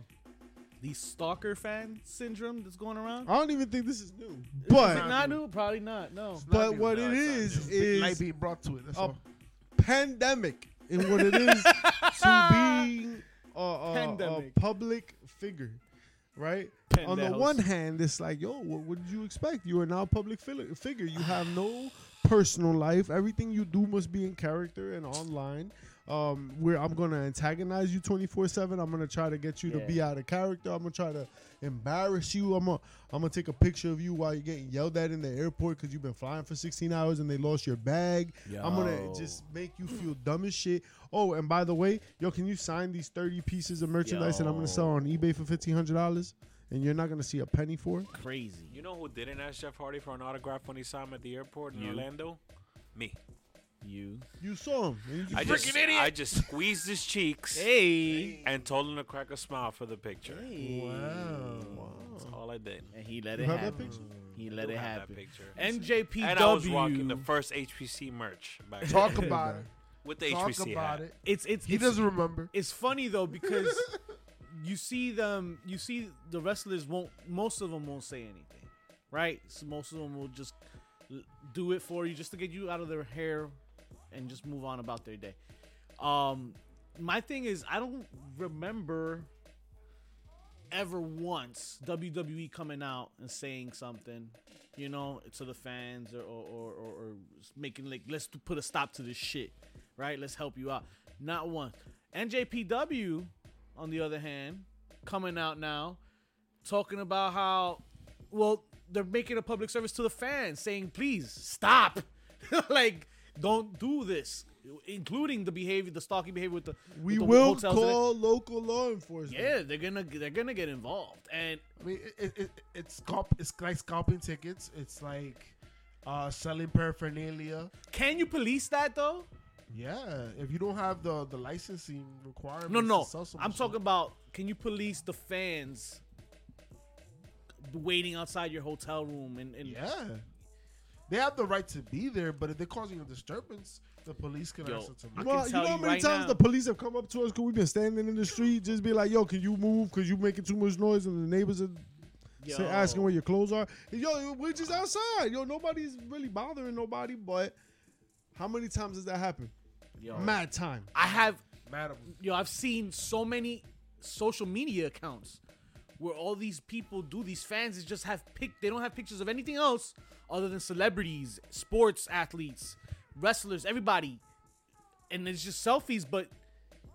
S2: the stalker fan syndrome that's going around.
S4: I don't even think this is new.
S2: Is it
S4: But
S2: not new? Probably not. No.
S1: not
S4: but
S1: new.
S4: what
S3: No,
S4: it
S3: it's
S4: is
S3: not
S1: light
S4: is
S1: being brought to it. That's
S4: a
S1: all.
S4: pandemic in what it is to being a, a, a
S2: Pandemic.
S4: public figure, right? On the
S2: Pendejos.
S4: one hand, it's like, yo, what, what did you expect? You are now a public fili- figure. You have no personal life. Everything you do must be in character and online. Um, where I'm gonna antagonize you 24 seven. I'm gonna try to get you to
S2: Yeah.
S4: be out of character. I'm gonna try to embarrass you. I'm gonna I'm gonna take a picture of you while you're getting yelled at in the airport because you've been flying for 16 hours and they lost your bag. I'm gonna
S2: Yo.
S4: just make you feel dumb as shit. Oh, and by the way, yo, can you sign these 30 pieces of merchandise that I'm gonna sell on eBay for $1,500 and you're not gonna see a penny for it?
S2: Crazy.
S3: You know who didn't ask Jeff Hardy for an autograph when he saw him at the airport in
S2: You.
S3: Orlando? Me.
S2: You.
S4: You saw him. and you just-
S3: I just,
S2: freaking idiot.
S3: I just squeezed his cheeks
S2: Hey.
S3: and told him to crack a smile for the picture.
S2: Hey.
S3: That's all I did.
S2: And he let
S4: You
S2: it
S4: have that
S2: happen.
S4: picture?
S2: He let
S3: do
S2: it
S3: have that
S2: happen.
S3: picture.
S2: NJPW.
S3: And I was rocking the first HPC merch back then
S1: Talk about it.
S3: with the
S1: Talk
S3: HPC
S1: about
S3: hat.
S1: it.
S2: it's it's
S1: He
S2: it's,
S1: doesn't remember.
S2: it's funny though because you see them you see the wrestlers won't most of them won't say anything right so most of them will just l- do it for you just to get you out of their hair and just move on about their day um my thing is i don't remember ever once wwe coming out and saying something you know to the fans or or or, or, or making like let's put a stop to this shit right let's help you out not once njpw on the other hand, coming out now, talking about how, well, they're making a public service to the fans, saying, please stop. like, don't do this, including the behavior, the stalking behavior with the.
S4: we
S2: with the
S4: will
S2: hotels and-
S4: call local law enforcement.
S2: Yeah, they're gonna they're gonna get involved, and
S1: I mean, it, it, it, it's scalp, It's like scalping tickets. It's like uh, selling paraphernalia.
S2: can you police that though?
S1: Yeah, if you don't have the the licensing requirements,
S2: No,
S1: to
S2: no,
S1: sell some
S2: I'm
S1: shit.
S2: talking about can you police the fans waiting outside your hotel room and, and
S1: Yeah, they have the right to be there, but if they're causing a disturbance, the police can
S2: Yo,
S1: answer to
S2: I
S1: me.
S2: can
S4: Well, you know
S2: tell
S4: how
S2: you
S4: many
S2: right
S4: times
S2: now-
S4: the police have come up to us because we've been standing in the street, just be like, "Yo, can you move? Cause you making too much noise, and the neighbors are
S2: Yo.
S4: say, asking where your clothes are." And, yo, we're just outside. Yo, nobody's really bothering nobody. But how many times does that happen?
S2: Yo.
S4: Mad time.
S2: I have
S1: Madam,
S2: yo, I've seen so many social media accounts where all these people do these fans is just have pic they don't have pictures of anything else other than celebrities, sports athletes, wrestlers, everybody. And it's just selfies, but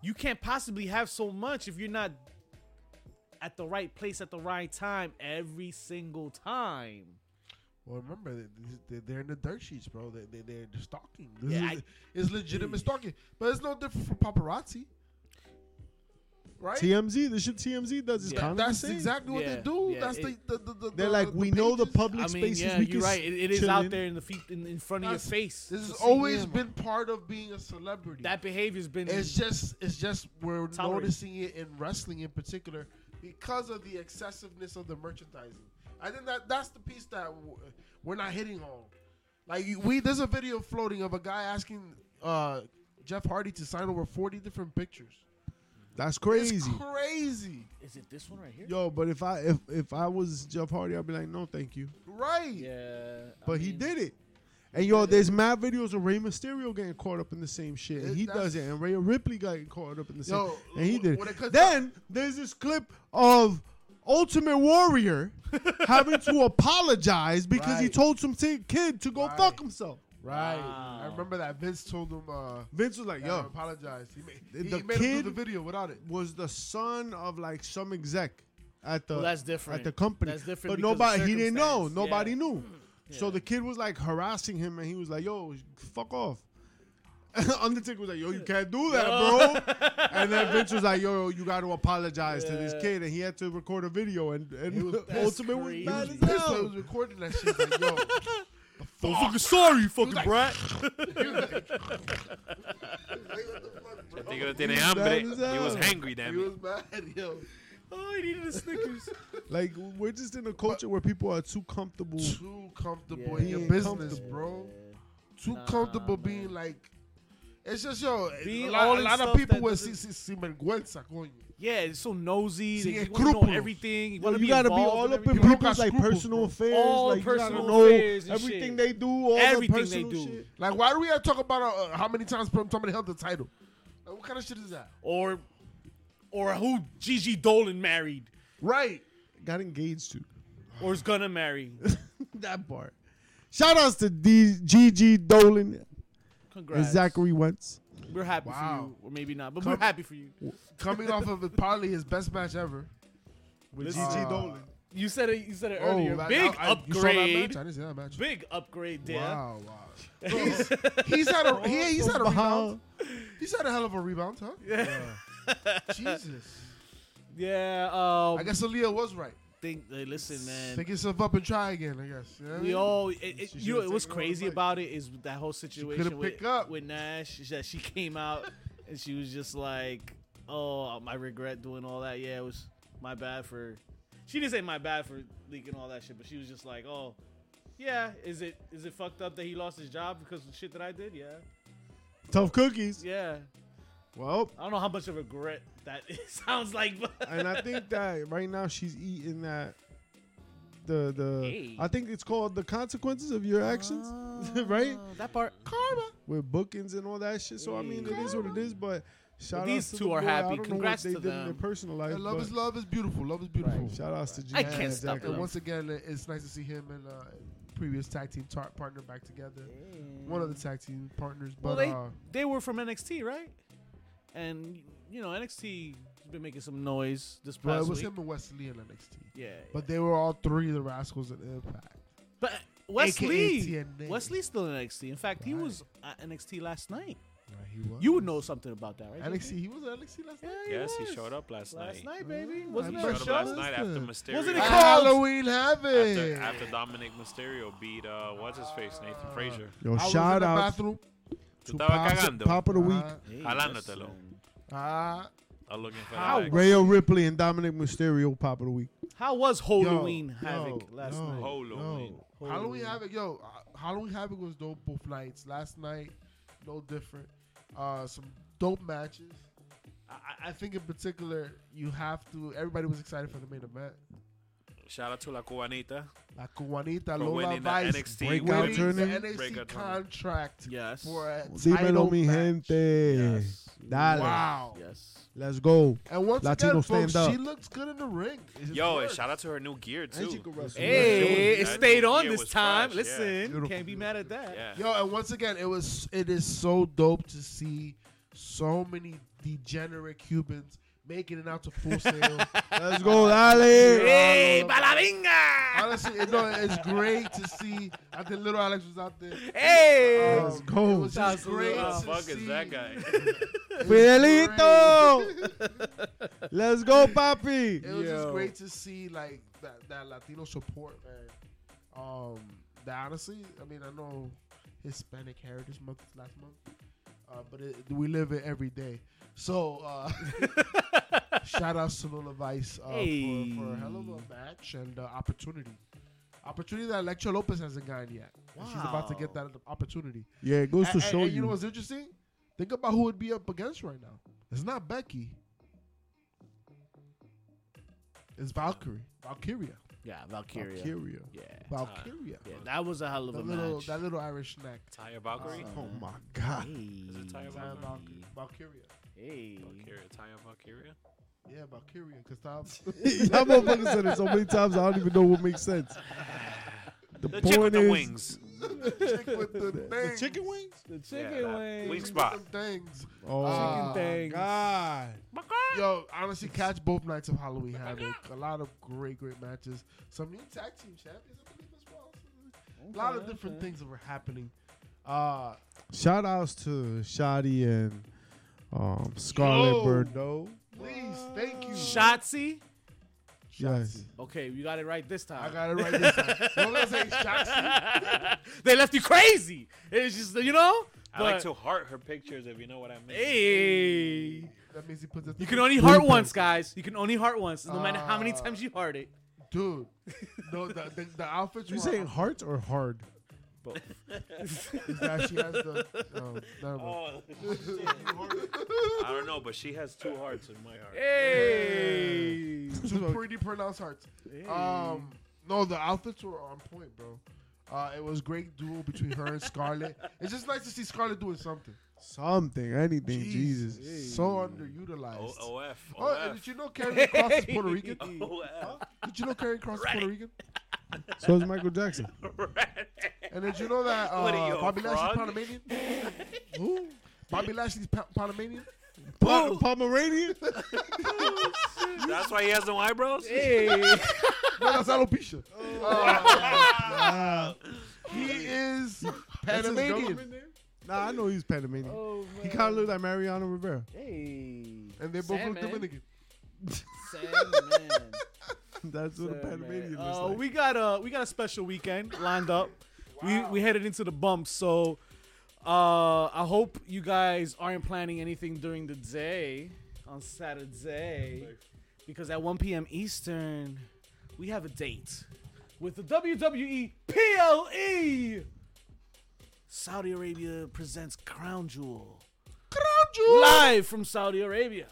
S2: you can't possibly have so much if you're not at the right place at the right time every single time.
S1: well, remember they- they- they're in the dirt sheets, bro. They, they, they're stalking. This
S2: Yeah,
S1: is,
S2: I-
S1: it's legitimate stalking, but it's no different from paparazzi. right?
S4: TMZ. The shit TMZ does is
S2: Yeah.
S4: kind of
S1: That's
S4: the same.
S1: exactly what
S2: Yeah,
S1: they do.
S2: yeah,
S1: That's
S2: it-
S1: the, the, the, the
S4: They're like,
S1: the
S4: we know the
S1: pages.
S4: public
S2: I mean,
S4: spaces.
S2: yeah,
S4: we
S2: you're
S4: can
S2: right. It, it is
S4: chillin'.
S2: out there in the feet, in, in front of your
S1: That's-
S2: face.
S1: This has
S2: to see.
S1: always
S4: yeah,
S1: been part of being a celebrity.
S2: that behavior's been.
S1: It's just it's just we're
S2: Tolerated.
S1: noticing it in wrestling in particular because of the excessiveness of the merchandising. I think that that's the piece that w- we're not hitting on. Like you- we, there's a video floating of a guy asking uh, Jeff Hardy to sign over 40 different pictures.
S4: That's
S1: It's
S4: crazy.
S1: crazy,
S2: is it this one right here?
S4: Yo, but if I if if I was Jeff Hardy, I'd be like, no, thank you.
S1: right?
S2: Yeah, I
S4: But he
S2: mean,
S4: did it. And yo, there's mad videos of Rey Mysterio getting caught up in the same shit, and
S1: It-
S4: he
S1: that's-
S4: does it. And Rhea Ripley got caught up in the same,
S1: Yo,
S4: and he
S1: wh-
S4: did
S1: when it
S4: it.
S1: comes
S4: Then there's this clip of Ultimate Warrior having to apologize because he
S1: Right.
S4: told some t- kid to go
S1: Right.
S4: fuck himself.
S1: Right.
S2: Wow.
S1: I remember that Vince told him. Uh,
S4: Vince was like,
S1: yeah,
S4: "Yo,
S1: apologized. He,
S4: The-
S1: made he
S4: the
S1: made him do
S4: kid-
S1: the video without it.
S4: was the son of like some exec at the
S2: Well, that's different.
S4: at the company.
S2: That's different
S4: But
S2: because of
S4: nobody he didn't know.
S2: circumstance.
S4: Nobody
S2: Yeah. Hmm.
S4: knew. So
S2: Yeah.
S4: the kid was like harassing him, and he was like, "Yo, fuck off." Undertaker was like, "Yo, you can't do that, bro." and then Vince was like, "Yo, you got to apologize to this
S2: Yeah.
S4: kid," and he had to record a video. And and
S1: was-
S2: that's
S4: Ultimate was
S2: crazy.
S4: mad
S1: He
S4: as
S1: was pissed that he
S4: hell.
S1: was recording that shit. Like, yo,
S2: I'm fucking sorry, you fucking
S1: like-
S2: brat.
S1: He was like, like, what the fuck, bro?
S3: Nigga tiene
S4: was
S3: hambre.
S4: bad as
S3: He was
S4: hell.
S3: hangry,
S1: He
S3: damn
S1: was
S3: it.
S1: mad, yo.
S2: Oh, he needed a Snickers.
S4: Like we're just in a culture where people are too comfortable.
S1: Too comfortable in
S4: Yeah.
S1: your
S4: Being
S1: business,
S4: comfortable.
S1: bro. Too
S2: Nah,
S1: comfortable
S2: man.
S1: being like. It's just yo.
S2: Being
S1: a lot,
S2: all
S1: a
S2: in
S1: lot of
S2: stuff
S1: people
S2: that
S1: will see
S2: doesn't-
S1: see see vergüenza, coño.
S2: Yeah, it's so nosy.
S1: See,
S2: they
S1: and
S2: want to know
S1: crúpulos.
S2: everything. You,
S4: Yo,
S2: want to
S4: you gotta be all up in
S1: everything.
S4: people's like
S1: People got
S4: personal
S1: scruples,
S4: affairs,
S2: All
S4: like, you gotta
S2: personal
S4: know
S2: affairs and
S4: everything
S2: shit.
S4: they do, all
S2: Everything
S4: the
S2: they
S4: personal
S2: do.
S4: shit.
S1: Like, why do we have to talk about uh, how many times somebody held the title? Like, what kind of shit is that?
S2: or, or who Gigi Dolan married
S1: Right.
S4: Got engaged to
S2: or is gonna marry.
S4: that part. Shout outs to D- GG Dolan and
S2: Congrats,
S4: Zachary Wentz.
S2: We're happy for
S1: Wow.
S2: you, or maybe not, but
S1: Come-
S2: we're happy for you.
S1: Coming off of probably his best match ever.
S4: With
S2: Listen,
S4: GG
S1: uh,
S4: Dolan.
S2: You said it. You said it
S1: Oh,
S2: earlier.
S1: that-
S2: Big
S1: I- I- you saw that match?
S2: upgrade.
S1: I didn't see that match.
S2: Big upgrade there.
S1: Wow, wow. He's, he's had a he, he's had a rebound. He's had a hell of a rebound, huh?
S2: Yeah.
S1: Jesus.
S2: Yeah. Um,
S1: I guess Aaliyah was right.
S2: think. uh, listen, man.
S1: Pick yourself up and try again. I guess. You know what I
S2: We
S1: mean?
S2: all, it, it,
S4: She
S2: you know,
S4: should've
S2: what's
S4: taken her own
S2: crazy
S4: advice.
S2: about it is that whole situation
S1: picked
S2: with,
S1: up.
S2: with Nash is that she came out and she was just like, "Oh, I regret doing all that. Yeah, it was my bad for." She didn't say my bad for leaking all that shit, but she was just like, "Oh, yeah, is it is it fucked up that he lost his job because of the shit that I did? Yeah,
S4: Tough cookies.
S2: yeah.
S4: Well,
S2: I don't know how much of regret that sounds like, but
S4: and I think that right now she's eating that. The the
S2: Hey.
S4: I think it's called the consequences of your actions, right?
S2: Ah, That part.
S1: karma.
S4: With bookings and all that shit. So I mean, it is what it is. But shout
S2: These
S4: outs to
S2: two
S4: the
S2: are
S4: boy. I
S2: happy.
S4: don't know what
S2: Congrats
S4: they
S2: to
S4: did in their
S2: them.
S4: personal life.
S1: And love
S4: but
S1: is love is beautiful. Love is beautiful.
S4: Shout outs to GG.
S2: I can't stop
S4: Zachary
S1: And
S2: love.
S1: once again, it- it's nice to see him and uh, previous tag team tar- partner back together. One of the tag team partners,
S2: Well,
S1: but
S2: they,
S1: uh,
S2: they were from NXT, right? And you know NXT has been making some noise this
S1: but
S2: past
S1: it was
S2: week.
S1: him and Wesley and NXT.
S2: yeah,
S1: But they were all three of the Rascals at Impact.
S2: but Wesley,
S1: TNA.
S2: Wesley's still in NXT. In fact, he
S1: Right.
S2: was at NXT last night.
S1: Right, he was.
S2: You would know something about that, right?
S1: NXT.
S2: JP?
S1: He was at NXT last
S2: Yeah,
S1: night.
S3: Yes, he
S2: was.
S3: showed up last,
S2: last
S3: night.
S2: night, baby.
S1: Oh,
S2: Wasn't
S1: he
S2: it a
S3: Showed
S1: Last
S3: up
S2: show?
S3: last
S1: night?
S3: night after
S1: Wasn't
S3: Mysterio.
S2: it
S1: At
S2: called-
S1: Halloween
S3: after,
S1: Heaven.
S3: after Dominic Mysterio beat uh, what's his face, Nathan Frazier.
S4: Yo,
S1: I was in
S4: Oh, shout
S1: the
S4: out
S1: bathroom.
S4: to
S3: Tú estabas
S4: Pop,
S3: cagando.
S4: Pop of the Week.
S1: Ah,
S2: Hey,
S3: Jalándotelo.
S2: listen.
S1: ah,
S3: I'm looking for
S2: How?
S3: that.
S4: Rayo Ripley and Dominic Mysterio Pop of the Week.
S2: How was Halloween
S1: yo,
S2: Havoc
S1: yo,
S2: last
S1: yo.
S2: night?
S3: Halloween.
S4: Yo.
S1: Halloween Havoc, yo, uh, Halloween Havoc was dope both nights. Last night, no different. Uh, some dope matches. I- I, I think in particular, you have to. Everybody was excited for the main event.
S3: Shout out to La Cubanita
S1: La Juanita
S3: for
S1: Lola
S3: winning the
S1: Vice
S3: NXT
S4: Breakout
S1: winning
S3: Women's
S4: tournament.
S1: the NXT
S4: Breakout
S3: tournament.
S1: contract
S2: Yes.
S1: for a title
S4: Dímelo, mi
S1: match.
S4: gente.
S2: Yes.
S4: Dale.
S1: Wow.
S2: Yes.
S4: Let's go.
S1: And once
S4: Latino
S1: again, folks,
S4: stand up.
S1: she looks good in the ring. It just
S3: Yo, and
S1: works.
S3: shout out to her new gear
S4: And she
S3: too.
S4: could wrestle.
S2: Hey,
S3: Yeah,
S2: it
S3: she
S2: stayed
S3: was-
S2: on
S3: yeah, it
S2: this
S3: was
S2: time.
S3: fresh, yeah.
S2: Listen,
S1: Beautiful.
S2: can't be mad at that.
S3: Yeah.
S1: Yo, and once again, it was it is so dope to see so many degenerate Cubans making it out to full sale.
S4: Let's go, Dale.
S2: Hey, Balavinga!
S1: Honestly, it, no, it's great to see. I think little Alex was out there. Um,
S2: Hey!
S4: Let's go.
S1: It was just
S2: Tazo,
S1: great
S2: uh,
S3: Who
S1: to
S3: the fuck
S1: see.
S3: is that guy?
S4: Fidelito. Let's go, papi.
S1: It was just
S2: Yo.
S1: great to see like that, that Latino support, man. Um, that honestly, I mean, I know Hispanic Heritage Month is last month, uh, but it, we live it every day. So uh, shout out to Lola Vice uh,
S2: Hey.
S1: for, for a hell of a match and uh, opportunity. Opportunity that Electra Lopez hasn't gotten yet. And She's about to get that
S2: Wow.
S1: opportunity.
S4: Yeah, it goes to
S1: And- and-
S4: show
S1: and you know
S4: you.
S1: what's interesting? Think about who would be up against right now. It's not Becky. It's Valkyrie. Valkyria.
S2: Yeah, Valkyria.
S4: Valkyria.
S2: Yeah.
S1: Valkyria.
S2: Yeah, that was a hell of a
S1: That little,
S2: match.
S1: that little Irish snack.
S3: Tyre Valkyrie?
S1: Uh,
S4: Oh my God.
S2: Hey.
S3: Is it Tyra
S1: Zion
S3: Valkyrie?
S1: Valky- Valkyria.
S2: Hey.
S3: Valkyria. Tyre Valkyria?
S1: Yeah, Valkyria. Because that
S4: Y'all motherfuckers said it so many times. I don't even know what makes sense. The,
S3: The chick with the
S4: is-
S3: wings.
S1: chick with the,
S4: The
S1: things.
S4: chicken wings.
S2: The
S3: Yeah, that Wing spot.
S1: Them things.
S4: Oh,
S1: Chicken
S2: things.
S4: God.
S1: Yo, honestly, catch both nights of Halloween Havoc. A lot of great, great matches. Some new tag team champions, I believe, as well. A lot of different things that were happening. Uh,
S4: Shout outs to Shoddy and um, Scarlet
S1: Yo.
S4: Bordeaux.
S1: please, thank you.
S2: Shotzi.
S4: Yes.
S2: Okay, you got it right this time.
S1: I got it right this time. Don't let say Shotzi.
S2: they left you crazy. It's just you know.
S3: I like
S2: but-
S3: to heart her pictures if you know what I mean.
S2: Hey.
S1: That means he puts it.
S2: You can only heart once, guys. You can only heart once, no matter how many
S1: Ah.
S2: times you heart it.
S1: dude. No, the the, the outfits.
S4: You
S1: were-
S4: saying heart or hard?
S1: is that she has the. No, never mind.
S3: Oh, I don't know, but she has two hearts in my heart.
S2: Hey.
S1: Two pretty pronounced hearts. Um, no, the outfits were on point, bro. Uh, it was great duel between her and Scarlett. It's just nice to see Scarlett doing something.
S4: Something, anything, Jesus.
S1: so underutilized. oh,
S3: O- OF.
S1: and
S3: OF.
S1: did you know Carrie Cross is Puerto Rican?
S3: OF.
S1: Did you know Carrie Cross is Puerto Rican?
S4: So is Michael Jackson.
S1: And did you know that
S3: What are
S1: uh,
S3: you, a
S1: Bobby Lashley's
S3: frog?
S1: Panamanian? Who? Bobby Lashley's pa- Panamanian?
S4: Pa- Pomeranian?
S3: That's why he has no eyebrows?
S2: Hey.
S1: No, that's alopecia.
S4: Ah.
S1: Uh, he is
S4: That's his
S1: Panamanian.
S4: government name? Nah, I know he's Panamanian.
S2: oh,
S4: he kind of looked like Mariano Rivera.
S2: Hey.
S1: And they both look Dominican.
S2: Sandman.
S4: That's what a Panamanian looks
S2: Uh,
S4: like.
S2: we got a we got a special weekend lined up. We we headed into the bumps, so uh, I hope you guys aren't planning anything during the day on Saturday, because at 1 p.m. Eastern, we have a date with the E WWE PLE. E. Saudi Arabia presents Crown Jewel live from Saudi Arabia,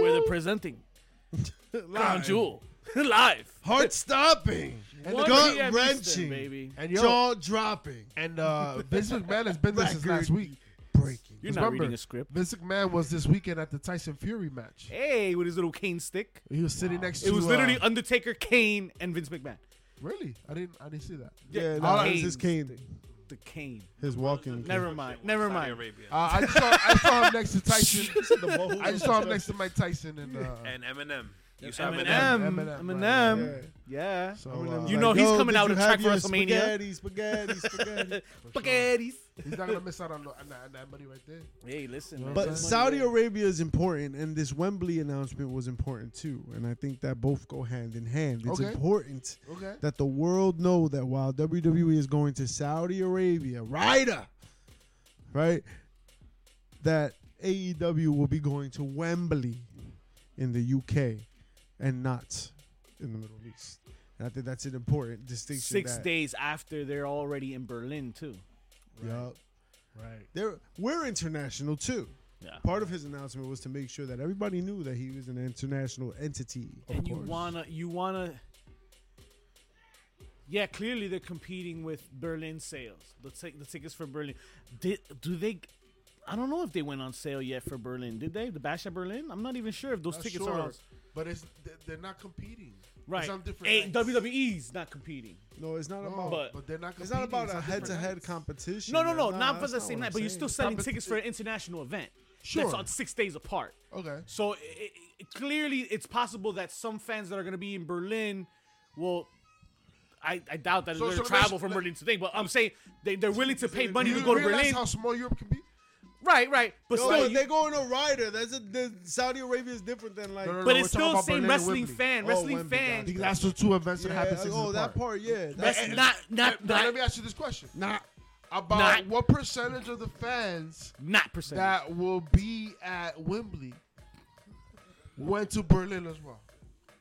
S2: where they're presenting Crown Jewel live.
S4: Heart stopping.
S1: And,
S2: One
S4: gut
S2: PM
S4: wrenching.
S2: baby.
S1: and yo,
S4: Jaw dropping.
S1: and uh, Vince McMahon has been there since last
S4: Record.
S1: week.
S4: Breaking.
S2: You're
S1: Just
S2: not
S1: remember,
S2: reading a script.
S1: Vince McMahon was this weekend at the Tyson Fury match.
S2: Hey, with his little cane stick.
S1: He was sitting next to.
S2: It was
S1: uh,
S2: literally Undertaker, Kane, and Vince McMahon.
S1: really. I didn't. I didn't see that.
S4: Yeah,
S2: all
S4: that was
S2: right.
S4: his cane.
S2: The cane.
S4: His walking. cane.
S2: Never mind. Never
S3: Saudi
S2: mind.
S3: Arabia.
S1: Uh, I, just saw, I saw him next to Tyson. I
S4: I
S1: just saw him next to Mike Tyson and. Uh,
S3: and Eminem. You saw
S2: Eminem.
S3: Eminem.
S1: Eminem,
S2: Eminem. Yeah.
S1: so uh,
S2: You know he's coming out
S4: to
S2: with a track for WrestleMania."
S4: Spaghetti, spaghetti, spaghetti.
S2: Spaghettis.
S1: he's not gonna miss out on, on, that, on that money right there.
S2: Hey, listen. man.
S4: But
S2: This
S4: Saudi
S2: money,
S4: Arabia is important, and this Wembley announcement was important too. And I think that both go hand in hand. It's
S1: Okay.
S4: important
S1: Okay.
S4: that the world know that while WWE is going to Saudi Arabia, Ryder, right, that AEW will be going to Wembley in the UK and not in the Middle East. And I think that's an important distinction.
S2: Six
S4: that-
S2: days after they're already in Berlin too.
S4: Yup.
S1: Right.
S4: They're, we're international too.
S2: Yeah.
S4: Part of his announcement was to make sure that everybody knew that he was an international entity.
S2: and you wanna you wanna yeah clearly they're competing with berlin sales the, t- the tickets for berlin did do they i don't know if they went on sale yet for berlin did they the bash at berlin i'm not even sure if those
S1: Not
S2: tickets
S1: sure,
S2: are on
S1: But it's they- they're not competing.
S2: right
S1: It's on different
S2: Hey,
S1: nights.
S2: wwe's not competing
S4: No, it's not
S1: No,
S4: about.
S2: But-
S1: they're not. Competing.
S4: it's not about
S1: on
S4: a
S1: different
S4: head-to-head
S1: nights.
S4: competition.
S2: no no no
S4: Nah,
S2: not for
S4: that's
S2: the same
S4: what
S2: night
S4: I'm
S2: but you're
S4: saying.
S2: still selling
S1: Compet-
S2: tickets for an international event
S1: Sure.
S2: that's on six days apart
S1: Okay.
S2: so i i clearly it's possible that some fans that are going to be in Berlin will. I, I doubt that
S1: So-
S2: they're
S1: so
S2: going
S1: let's-
S2: to travel from
S1: let-
S2: Berlin to think, but I'm saying they, they're willing to pay money
S1: You
S2: to go to
S1: realize
S2: Berlin.
S1: how small Europe can be?
S2: right, right. But
S4: No,
S2: still,
S4: but
S2: you-
S4: they go in a rider. That's a, the Saudi Arabia is different than like.
S1: No, no, no,
S2: but
S1: we're
S2: it's
S1: talking
S2: still the
S1: about
S2: same
S1: Berlin and
S2: wrestling
S1: Wembley.
S2: fan,
S4: Oh,
S2: wrestling
S4: Wembley,
S2: fan.
S4: got it.
S1: The last the two events that
S4: Yeah,
S1: happened six
S4: oh,
S1: years
S4: that
S1: apart.
S4: part. Yeah, that's
S2: That's not not
S1: Now, let
S2: not
S1: me ask you this question:
S4: not.
S1: About
S2: Not-
S1: what percentage of the fans
S2: not percent.
S1: that will be at Wembley went to Berlin as well?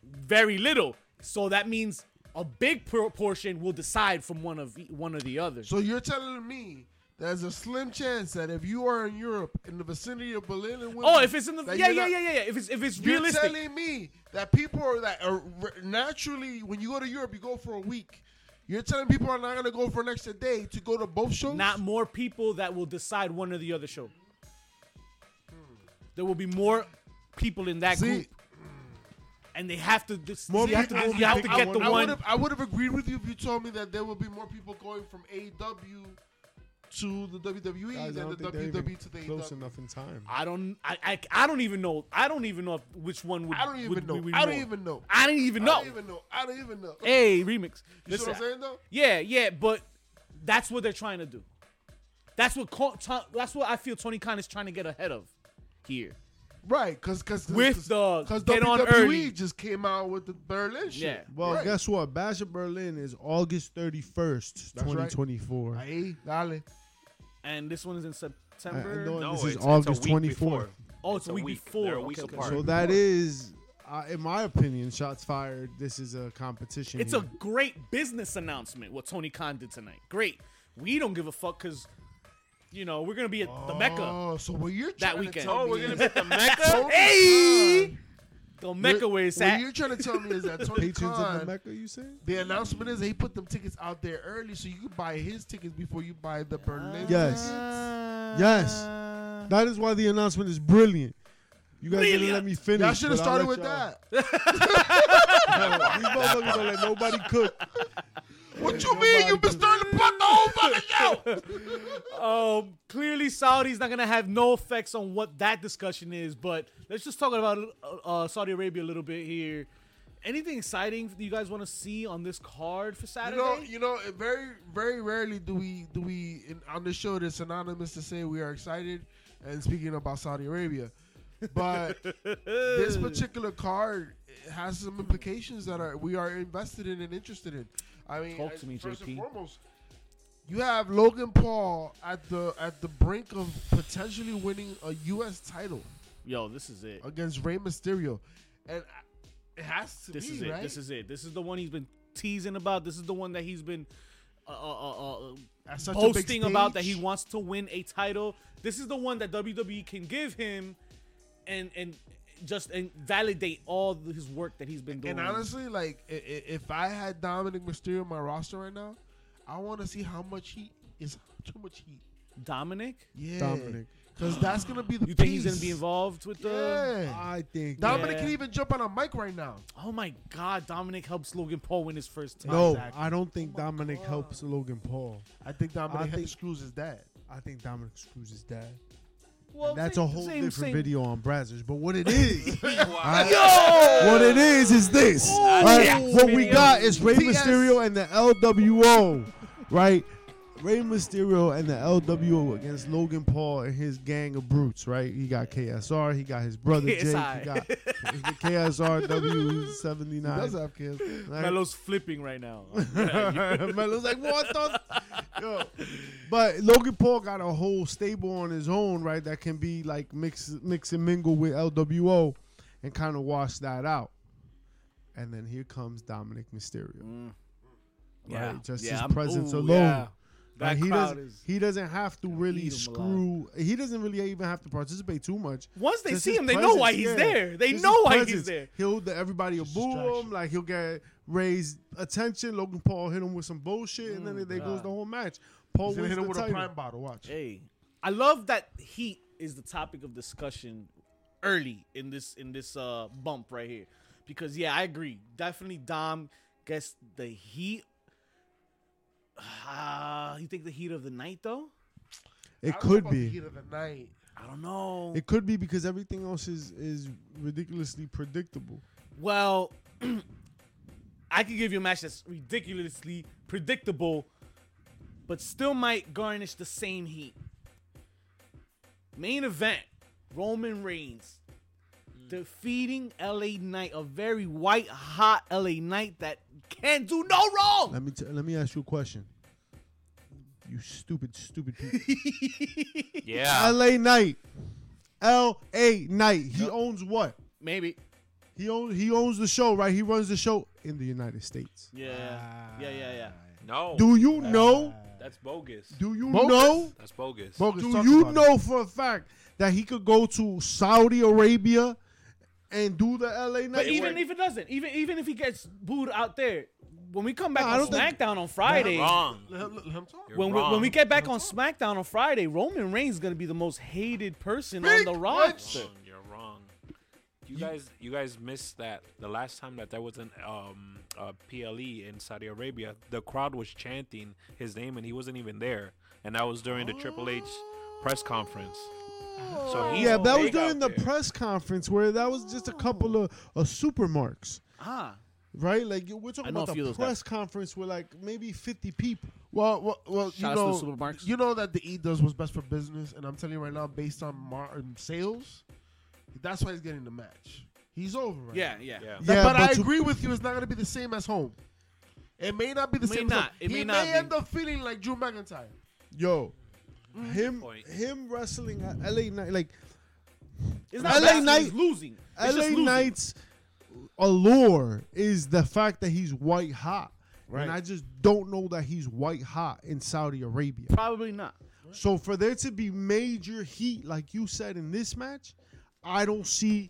S2: very little. So that means a big proportion will decide from one of e, one or the other.
S1: So you're telling me there's a slim chance that if you are in Europe in the vicinity of Berlin and Wembley,
S2: oh, if it's in the
S1: that
S2: yeah
S1: you're
S2: yeah
S1: not-
S2: yeah yeah yeah if it's if it's
S1: You're
S2: realistic.
S1: telling me that people are that are re- naturally when you go to Europe, you go for a week. You're telling people are not gonna go for an extra day to go to both shows.
S2: not more people that will decide one or the other show. There will be more people in that
S1: See,
S2: group, and they have to. Dis-
S4: More
S2: you have to,
S4: people will
S2: you have
S4: be
S2: to
S4: picking
S2: get the
S4: one
S1: I
S2: one.
S1: would have I would have agreed with you if you told me that there would be more people going from AEW to the WWE
S4: Guys, I
S1: than
S4: don't
S1: the E
S4: think they're even
S1: WWE to the
S4: close
S1: AEW.
S4: enough in time.
S2: I don't. I, I. I don't even know. I don't even know if- which one would.
S1: I don't even
S2: would-
S1: know.
S2: would be
S1: I don't
S2: more.
S1: even know.
S2: I didn't even
S1: I
S2: know.
S1: don't even know. I don't even know. You
S2: Hey, remix.
S1: see
S2: Listen,
S1: what I'm saying though?
S2: Yeah, yeah, but that's what they're trying to do. That's what Co- To- that's what I feel Tony Khan is trying to get ahead of here.
S1: Right, because because
S2: With the get on early.
S1: E just came out with the Berlin shit.
S2: Yeah.
S4: Well,
S1: Right.
S4: guess what? Bash of Berlin is August 31st,
S1: That's right.
S4: 2024.
S1: Hey, Dolly.
S2: And this one is in September.
S4: I- I know-
S3: No,
S4: This is
S3: it's, it's
S4: August
S3: a week
S4: 24th.
S3: before.
S2: oh, it's,
S3: it's
S2: a
S3: a
S2: week,
S3: week.
S2: before.
S3: They're a week
S2: Okay, okay.
S3: apart.
S4: So that is, uh, in my opinion, shots fired. This is a competition.
S2: It's a
S4: here.
S2: great business announcement what Tony Khan did tonight. Great. We don't give a fuck because you know, we're going to be at the Mecca.
S1: Oh, so what you're
S2: That
S1: trying
S2: weekend.
S1: To tell
S3: Oh,
S1: me
S3: we're gonna
S1: is-
S3: be at the Mecca.
S1: Tony
S2: Hey!
S1: Khan-
S2: The Mecca where it's
S1: what
S2: at.
S1: you're trying to tell me is that Tony
S4: patrons of the
S1: Khan,
S4: Mecca. You say?
S1: the announcement is he put them tickets out there early, so you could buy his tickets before you buy the Berlin.
S4: Yes. Yes. That is why the announcement is brilliant. You guys didn't
S2: Brilliant.
S4: let me finish.
S1: y'all should have
S4: but I'll
S1: started
S4: let
S1: with
S4: y'all-
S1: that.
S4: These motherfuckers don't let nobody cook.
S1: What you mean? You've been starting to plot the whole fucking show.
S2: Um, clearly, Saudi's not gonna have no effects on what that discussion is. But let's just talk about uh, uh, Saudi Arabia a little bit here. Anything exciting that you guys want to see on this card for
S1: You
S2: Saturday?
S1: know, you know, it very, very rarely do we do we in, on this show. It's anonymous to say we are excited and speaking about Saudi Arabia, but this particular card has some implications that are we are invested in and interested in. I mean,
S2: Talk
S1: I-
S2: to me,
S1: first and
S2: JP.
S1: foremost, you have Logan Paul at the at the brink of potentially winning a U.S. title
S2: Yo, this is it.
S1: against Rey Mysterio, and I- it has to
S2: This
S1: be
S2: is it.
S1: right.
S2: This is it. This is the one he's been teasing about. This is the one that he's been uh, uh, uh, uh,
S1: At such a big
S2: posting about that he
S1: stage.
S2: wants to win a title. This is the one that WWE can give him, and and just and validate all the- his work that he's been doing.
S1: And honestly, like i- i- if I had Dominic Mysterio on my roster right now, I want to see how much heat is too much heat.
S2: Dominic.
S1: Yeah,
S4: Dominic.
S1: because that's gonna be the.
S2: You think he's
S1: piece.
S2: gonna be involved with the?
S1: Yeah.
S4: I think.
S1: Dominic
S2: Yeah.
S1: can even jump on a mic right now.
S2: Oh my God! Dominic helps Logan Paul win his first time.
S4: No,
S1: Exactly.
S4: I don't think Dominic helps Logan Paul.
S1: I think Dominic
S4: I
S1: had-
S4: think-
S1: screws his dad.
S4: I think Dominic screws his dad.
S2: Well,
S4: That's
S2: same-
S4: a whole
S2: same-
S4: different
S2: same-
S4: video on Brazzers. But what it is,
S3: Wow.
S4: what it is, is this. right? What we
S2: Oh, video.
S4: got is Rey
S1: TS.
S4: Mysterio and the LWO, right? Rey Mysterio and the LWO against Logan Paul and his gang of brutes, right? He got KSR, he got his brother Jake, he
S2: KSI.
S4: got KSR
S1: He does
S4: W79.
S1: have kids.
S2: Melo's flipping right now.
S4: Melo's like, what the? Yo. But Logan Paul got a whole stable on his own, right? That can be like mix, mix and mingle with LWO, and kind of wash that out. And then here comes Dominic Mysterio.
S2: yeah,
S4: just
S2: yeah,
S4: his
S2: I'm-
S4: presence
S2: ooh,
S4: alone.
S2: yeah. That
S4: Like, he
S2: crowd
S4: doesn't.
S2: is.
S4: he doesn't have to really
S2: eat 'em
S4: screw. He doesn't really even have to participate too much.
S2: Once they
S4: Just
S2: see
S4: his
S2: him, they know
S4: presence,
S2: why he's
S4: yeah.
S2: there. They
S4: Just
S2: know
S4: his
S2: why he's
S4: presence.
S2: there.
S4: He'll the, everybody will
S1: Just
S4: boo
S1: distraction.
S4: him. Like he'll get raise attention. Logan Paul hit him with some bullshit, and then there goes
S2: God.
S4: the whole match. Paul
S1: He's gonna
S4: wins
S1: hit him
S4: the
S1: with a
S4: title.
S1: prime bottle. Watch.
S2: Hey, I love that heat is the topic of discussion early in this in this uh bump right here, because yeah, I agree. Definitely, Dom gets the heat. Uh, you think the heat of the night though?
S4: It
S1: I don't know
S4: could
S1: about the
S4: be.
S1: heat of the night.
S2: I don't know.
S4: It could be because everything else is is ridiculously predictable.
S2: Well, I could give you a match that's ridiculously predictable, but still might garnish the same heat. Main event Roman Reigns
S3: Mm.
S2: defeating LA Knight, a very white hot LA Knight that can do no wrong.
S4: Let me t- let me ask you a question. You stupid, stupid people.
S3: Yeah.
S4: L.A. Knight, L.A. Knight. He owns what?
S2: Maybe.
S4: He owns he owns the show, right? He runs the show in the United States.
S2: Yeah. yeah, yeah, yeah.
S3: No.
S4: Do you know?
S3: That's bogus.
S4: Do you
S1: Uh, Bogus?
S4: know?
S3: That's bogus.
S1: Bogus,
S4: Do
S1: talk
S4: you
S1: about it.
S4: know for a fact that he could go to Saudi Arabia and do the L.A. Knight?
S2: But
S3: It
S2: even
S3: worked.
S2: if it doesn't, even even if he gets booed out there, when we come back
S4: No, I
S2: on
S4: don't think-
S2: SmackDown on Friday,
S3: Wrong.
S1: Let him, let him talk.
S3: You're
S2: when we, when
S3: wrong.
S2: we get back on SmackDown on Friday, Roman Reigns is gonna be the most hated person
S1: Big
S2: on the
S1: bitch.
S2: roster.
S3: Wrong. You're wrong. You, guys, you guys missed that the last time that there was an um a PLE in Saudi Arabia, the crowd was chanting his name and he wasn't even there, and that was during the Triple H press conference. So he's
S4: yeah, that was
S3: big out
S4: during the
S3: there.
S4: press conference where that was just a couple
S1: Oh.
S4: of uh, super marks,
S2: Ah,
S4: right? Like we're
S2: I
S4: talking
S2: know
S4: about
S2: a few of
S4: the
S2: those guys.
S4: press conference with like maybe fifty people.
S1: Well, well, well you
S2: Shout outs to the
S1: know,
S2: supermarkets.
S1: you know that the E does what's best for business, and I'm telling you right now, based on mar- um, sales, that's why he's getting the match. He's over. Right
S2: yeah,
S1: now.
S2: yeah,
S3: Yeah.
S1: Th- but,
S4: Yeah, but
S1: I
S4: you-
S1: agree with you. It's not going to be the same as home. It may not be the
S2: May
S1: same. as
S2: not.
S1: home.
S2: It
S1: he
S2: may not be.
S1: end up feeling like Drew McIntyre.
S4: Yo,
S2: Mm.
S4: him
S3: point.
S4: him wrestling at LA Knight like
S2: It's
S4: LA
S2: bad, he's
S4: Knight-
S2: losing. It's
S4: LA
S2: just losing.
S4: Knight's allure is the fact that he's white hot.
S2: Right.
S4: And I just don't know that he's white hot in Saudi Arabia.
S2: probably not.
S4: So for there to be major heat, like you said in this match, I don't see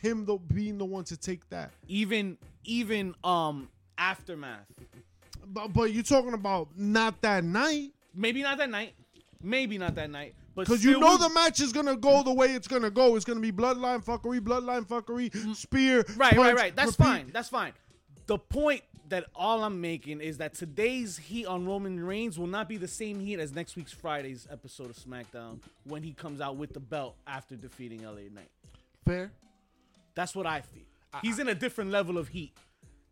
S4: him though being the one to take that.
S2: Even even um aftermath.
S4: But, but you're talking about not that night
S2: Maybe not that night. Maybe not that night. But
S4: because you
S2: still
S4: know
S2: would-
S4: the match is gonna go the way it's gonna go. It's gonna be bloodline fuckery, bloodline fuckery, spear.
S2: Mm-hmm. right, right,
S4: punch,
S2: right. That's
S4: repeat.
S2: fine. That's fine. The point that all I'm making is that today's heat on Roman Reigns will not be the same heat as next week's Friday's episode of SmackDown when he comes out with the belt after defeating LA Knight.
S1: Fair.
S2: That's what I feel. He's in a different level of heat.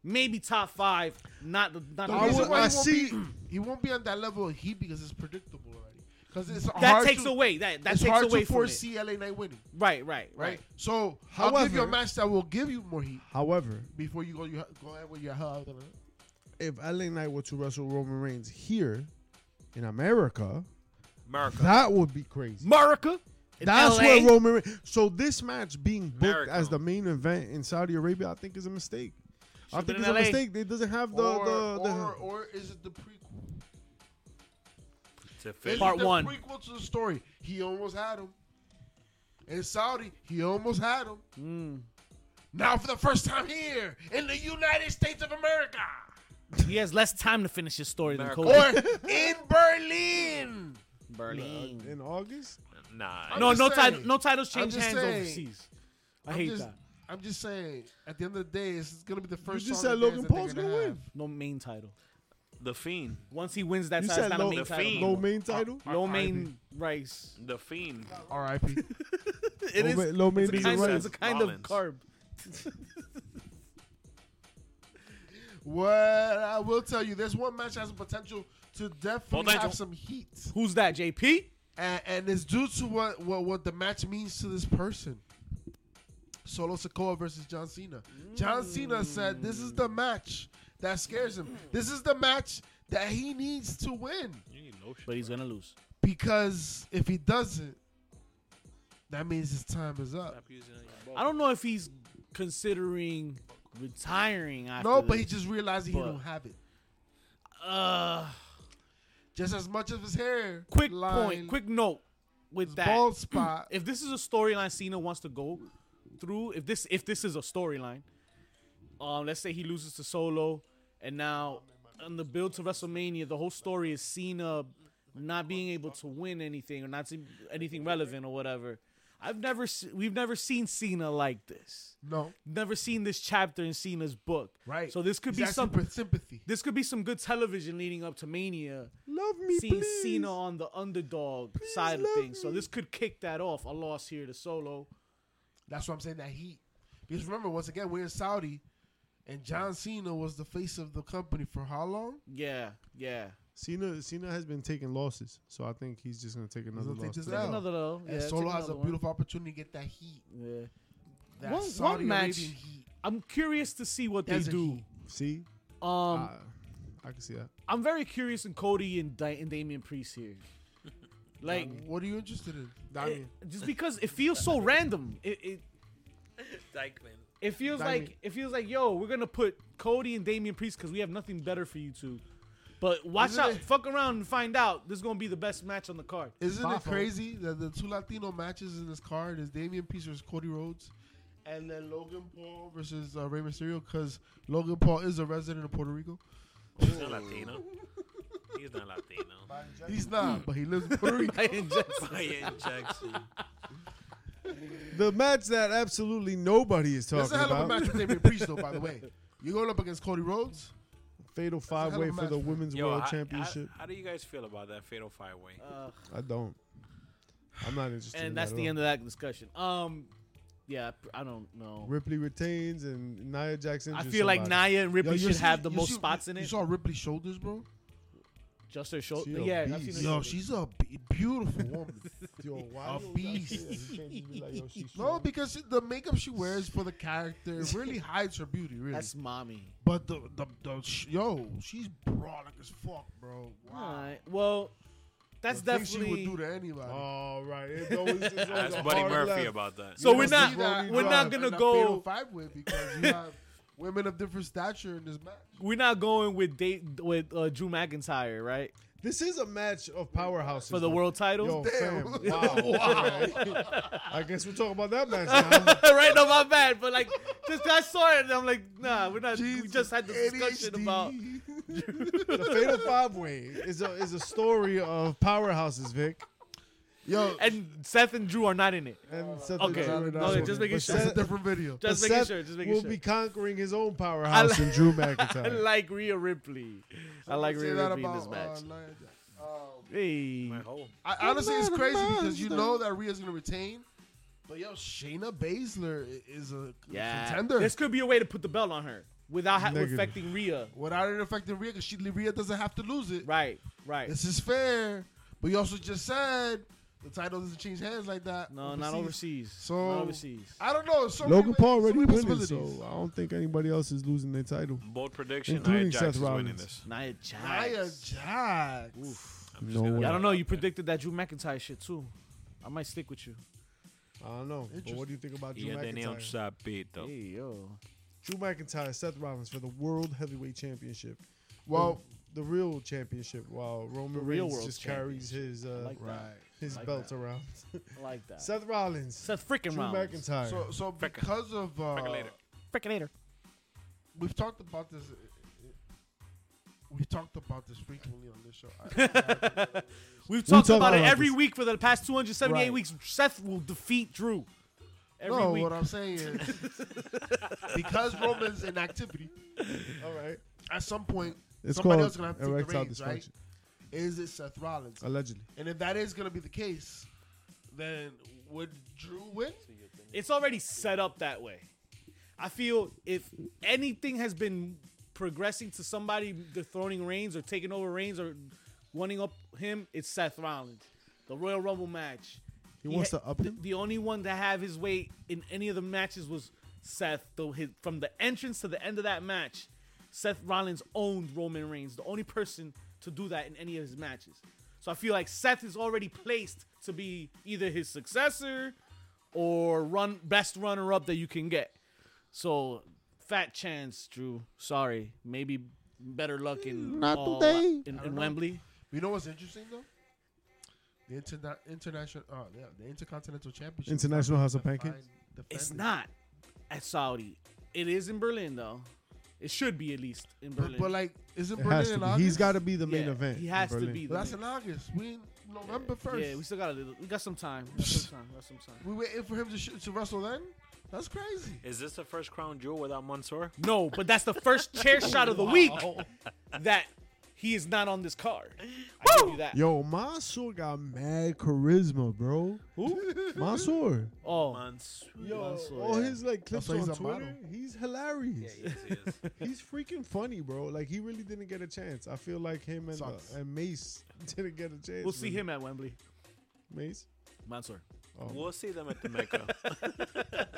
S2: Maybe top five, not the not
S1: The
S4: I
S2: the
S1: reason
S4: would-
S1: why
S4: I
S1: he won't
S4: see-
S1: Be, he won't be on that level of heat because it's predictable already. Because it's
S2: that
S1: hard
S2: takes
S1: to,
S2: away that that
S1: it's
S2: takes
S1: hard
S2: away
S1: to
S2: from it.
S1: foresee LA Knight winning.
S2: Right, right,
S1: Right.
S2: right.
S1: So I'll give you a
S4: However-
S1: match that will give you more heat
S4: However,
S1: before you go. You ha- go ahead with your hug.
S4: if LA Knight were to wrestle Roman Reigns here in America,
S3: America.
S4: that would be crazy.
S2: America. in
S4: That's
S2: LA.
S4: where Roman Reigns. So this match being booked
S3: America.
S4: as the main event in Saudi Arabia, I think is a mistake. I
S2: Should've
S4: think
S2: been
S4: it's a
S2: LA.
S4: mistake. It doesn't have the
S1: or,
S4: the, the
S1: or, or is it the prequel?
S3: It's a
S1: Is
S3: fit.
S1: it
S2: Part
S1: the
S2: one.
S1: Prequel to the story. He almost had him. In Saudi, he almost had him.
S4: Hmm.
S1: Now for the first time here in the United States of America,
S2: he has less time to finish his story
S3: America.
S2: than Cody.
S1: or in Berlin.
S2: Berlin.
S4: in August.
S3: Nah.
S2: No,
S1: I'm
S2: Oh, no
S1: just
S2: title,
S1: saying.
S2: no titles
S1: I'm
S2: change
S1: just
S2: hands
S1: saying.
S2: overseas. I
S1: I'm
S2: hate
S1: just,
S2: that.
S1: I'm just saying. At the end of the day, this is gonna be the first.
S4: just
S1: song
S4: said
S1: and dance
S4: Logan
S1: that they're
S4: Paul's
S1: gonna
S4: gonna
S1: have.
S4: win.
S2: No main title.
S3: The Fiend.
S2: Once he wins that
S4: You
S2: title, it's
S4: said
S2: not a
S4: low-
S2: main
S3: The
S2: title.
S3: Fiend.
S2: no
S4: No
S2: more.
S4: main title.
S2: Low main rice.
S3: The Fiend.
S1: R.I.P.
S2: It
S4: Low
S2: is.
S4: ma- low main
S2: it's a
S4: is
S2: kind,
S4: rice.
S2: it's a kind of
S3: Rollins.
S2: carb.
S1: well, I will tell you, there's one match that has the potential to definitely
S3: Potential.
S1: have some heat,
S2: Who's that? JP.
S1: and, and it's due to what, what what the match means to this person. Solo Sokoa versus John Cena. John Cena said, "This is the match that scares him. This is the match that he needs to win."
S3: You need no shit.
S2: But he's gonna lose.
S1: Because if he doesn't, that means his time is up.
S3: Stop using it on your
S2: I
S3: ball.
S2: don't know if he's considering retiring. After
S1: No, but he
S2: this.
S1: just realized he
S2: But-
S1: don't have it.
S2: Uh,
S1: Just as much of his hair.
S2: quick
S1: line,
S2: point. Quick note. With
S1: his
S2: that,
S1: bald spot.
S2: if this is a storyline Cena wants to go through, if this if this is a storyline, um, let's say he loses to Solo, and now on the build to WrestleMania, the whole story is Cena not being able to win anything or not to- anything relevant or whatever. I've never se- we've never seen Cena like this.
S1: No.
S2: Never seen this chapter in Cena's book.
S1: Right.
S2: So this could
S1: He's
S2: be
S1: asking
S2: something.
S1: for sympathy.
S2: This could be some good television leading up to Mania.
S4: Love me,
S2: seeing
S4: please.
S2: Cena on the underdog side of
S4: love
S2: things. So
S4: me.
S2: this could kick that off. A loss here to Solo.
S1: That's what I'm saying. That heat. Because remember, once again, we're in Saudi, and John Cena was the face of the company for how long?
S2: Yeah, yeah.
S4: Cena Cena has been taking losses, so I think he's just gonna take another
S1: gonna take
S4: loss.
S1: this
S4: today.
S1: L.
S2: Another though. Yeah,
S1: and
S2: take
S1: Solo has
S2: another
S1: a
S2: one.
S1: beautiful opportunity to get that heat.
S2: Yeah.
S1: That
S2: One- one
S1: Saudi
S2: match-
S1: Arabian heat.
S2: I'm curious to see what they
S1: Desert
S2: do.
S1: heat.
S4: See,
S2: Um,
S4: I, I can see that.
S2: I'm very curious in Cody and, da- and Damian Priest here. Like,
S1: Um, What are you interested in?
S2: it- just because it feels so random. It, it
S3: Dykeman.
S2: it feels
S4: Damian.
S2: like it feels like yo, we're gonna put Cody and Damian Priest because we have nothing better for you two. But watch
S1: Isn't
S2: out,
S1: it-
S2: fuck around and find out. This is gonna be the best match on the card.
S1: Isn't
S4: Bafo.
S1: it crazy that the two Latino matches in this card is Damian Priest versus Cody Rhodes, and then Logan Paul versus uh, Rey Mysterio? Because Logan Paul is a resident of Puerto Rico.
S3: He's not Latino. He's not Latino.
S1: He's not, but he lives in Puerto Rico.
S3: Brian Jackson.
S4: The match that absolutely nobody is
S1: That's
S4: talking
S1: a hell of a
S4: about.
S1: match with Damian Priest, though. By the way, you're going up against Cody Rhodes. hell
S4: Fatal five
S1: of
S4: way
S1: a
S4: for
S1: match,
S4: the
S1: man.
S4: women's
S3: Yo,
S4: world
S3: how-
S4: championship.
S3: How, how do you guys feel about that fatal five way?
S2: Uh,
S4: I, don't. I'm not interested. in
S2: and that's
S4: that
S2: the
S4: at
S2: end of that discussion. Um, yeah, I don't know.
S4: all. Ripley retains and Nia Jackson.
S2: I
S4: just
S2: feel like
S4: somebody.
S2: Naya and Ripley
S1: Yo, you
S2: should
S1: see-
S2: have the
S1: you
S2: most
S1: see-
S2: spots in
S1: You
S2: it.
S1: saw Ripley's shoulders, bro.
S2: Just her shoulder.
S4: She a
S2: Yeah, I've seen
S4: beast.
S2: her
S1: Yo,
S2: shoulder.
S1: she's a b- beautiful woman.
S4: Yo, why
S1: A
S4: you-
S1: beast.
S4: You can't just be like, yo, she's
S1: no,
S4: strong.
S1: because she- the makeup she wears for the character really hides her beauty, really.
S2: That's mommy.
S1: but the the, the sh- yo, she's brolic as fuck, bro. Wow.
S2: All right. Well, that's
S1: The things
S2: definitely. Oh.
S1: she would do to anybody.
S4: All right. It's always, it's always
S3: Ask
S4: a
S3: Buddy
S4: hard
S3: Murphy
S4: left.
S3: about that.
S2: So
S1: You
S2: we're
S1: don't
S2: not
S1: see that
S2: we're not
S1: drive
S2: gonna
S1: in a
S2: go
S1: fatal five way because you have women of different stature in this match.
S2: we're not going with date with uh, Drew McIntyre right
S4: This is a match of powerhouses
S2: for the
S4: though.
S2: world title.
S4: Yo,
S1: Damn.
S4: fam, wow. Alright. I guess we're talking about that match now.
S2: right? No, my bad. But like, just I saw it and I'm like, nah, we're not. we
S1: Jesus,
S2: just had this discussion
S1: ADHD.
S2: about.
S4: the Fatal Five Way is a is a story of powerhouses, Vic.
S1: yo.
S2: And Seth and Drew are not in it.
S1: Uh,
S4: And Seth
S2: Okay.
S4: is already
S2: No,
S4: not
S2: just
S4: one.
S2: making
S4: But
S2: sure.
S1: that's a
S4: Seth-
S1: different video.
S2: Just
S4: but
S2: making
S4: Seth
S2: sure. Just making
S4: will
S2: sure.
S4: be conquering his own powerhouse in Drew
S2: I
S4: McIntyre.
S2: like Rhea Ripley. I like
S1: Say
S2: Rhea
S1: that
S2: Ripley in this
S1: about,
S2: match.
S1: uh, Nia Jax.
S2: hey,
S3: My
S4: Oh.
S3: whole
S1: I, honestly, it's
S4: not a
S1: crazy because you
S4: monster.
S1: know that Rhea's gonna retain, but yo, Shayna Baszler i- is a
S2: yeah,
S1: contender.
S2: this could be a way to put the belt on her without ha-
S4: Negative.
S2: affecting Rhea.
S1: Without it affecting Rhea, because she Rhea doesn't have to lose it.
S2: Right, right.
S1: This is fair, but you also just said the title doesn't change hands like that.
S2: no, not overseas.
S1: So-
S2: not overseas.
S1: I don't know. So
S4: Logan
S1: many-
S4: Paul
S1: so
S4: already
S1: many
S4: winning,
S1: possibilities.
S4: so I don't think anybody else is losing their title.
S3: bold prediction: Nia
S4: Including Seth
S3: Jax is winning
S4: Rollins.
S3: this.
S2: Nia
S1: Nia
S2: Jax.
S1: Jax.
S3: I'm just
S4: No
S3: gonna
S4: way.
S3: put
S2: Yeah, I don't know.
S3: it
S2: You
S3: out there.
S2: predicted that Drew McIntyre shit too. I might stick with you.
S4: I don't know. But what do you think about Drew
S3: Yeah, they nailed
S4: McIntyre?
S3: shot beat though.
S2: Hey yo,
S4: Drew McIntyre, Seth Rollins for the World Heavyweight Championship.
S1: Well,
S4: the real championship, while Roman
S2: The real
S4: Reigns
S2: world
S4: just carries his uh,
S2: like that.
S1: right.
S4: his
S2: like
S4: belt
S2: that.
S4: around.
S2: I like that.
S4: Seth Rollins,
S2: Seth
S4: Drew
S2: freaking Rollins.
S4: McIntyre.
S1: So, so
S3: Fricka.
S1: because of
S3: Fricka
S1: uh,
S3: later.
S2: Freaking hater.
S1: we've talked about this. We talked about this frequently on this show. I- I-
S2: We've talked
S4: talk
S2: about it
S4: about
S2: every
S4: this.
S2: week for the past 278
S4: Right.
S2: weeks. Seth will defeat Drew every
S1: no,
S2: week.
S1: what I'm saying is because Roman's inactivity,
S4: All right,
S1: at some point
S4: it's
S1: somebody
S4: called
S1: else gonna have to take the
S4: erectile
S1: reins,
S4: dysfunction, Uh,
S1: right? is it Seth Rollins,
S4: allegedly.
S1: and if that is going to be the case, then would Drew win?
S2: It's already set up that way. I feel if anything has been progressing to somebody dethroning Reigns or taking over Reigns or running up him, it's Seth Rollins. The Royal Rumble match.
S4: He wants
S2: ha-
S4: to up
S2: the-
S4: him?
S2: The only one to have his way in any of the matches was Seth. Though his, from the entrance to the end of that match, Seth Rollins owned Roman Reigns. The only person to do that in any of his matches. So I feel like Seth is already placed to be either his successor or run best runner up that you can get. So fat chance, Drew. Sorry, maybe better luck in
S4: Not
S2: all-
S4: today.
S2: in,
S1: I
S2: in
S1: don't know.
S2: Wembley.
S1: You know what's interesting though? The interna- international, uh, yeah, the intercontinental championship,
S4: International House of
S1: Define-
S4: Pancakes?
S1: defended.
S2: It's not at Saudi. It is in Berlin though. It should be at least in Berlin.
S1: But, but like, is it
S4: It
S1: Berlin
S4: has
S1: in
S4: to
S1: August?
S4: be. He's got to be the main
S2: Yeah,
S4: event.
S2: he
S4: in
S2: has to
S4: Berlin.
S2: be.
S1: Well, that's in August. We in November first.
S2: yeah, we still got a little. We got some time. We got some time. We got some time.
S1: we waiting for him to shoot, to wrestle then. That's crazy.
S3: Is this the first crown jewel without Mansoor?
S2: No, but that's the first chair shot of the week that he is not on this card. I give you that.
S4: Yo, Mansoor got mad charisma, bro.
S2: Who?
S4: Mansoor.
S2: Oh,
S3: Mansoor.
S2: Mansoor,
S4: all
S2: yeah.
S4: his like clips
S1: why he's
S4: on
S1: a
S4: Twitter,
S1: model.
S4: he's hilarious. He's freaking funny, bro. Like he really didn't get a chance. I feel like him and, uh,
S1: Sucks.
S4: and Mace didn't get a chance.
S2: we'll see
S4: really.
S2: him at Wembley.
S4: Mace.
S2: Mansoor.
S4: Oh.
S3: We'll see them at the Mecca.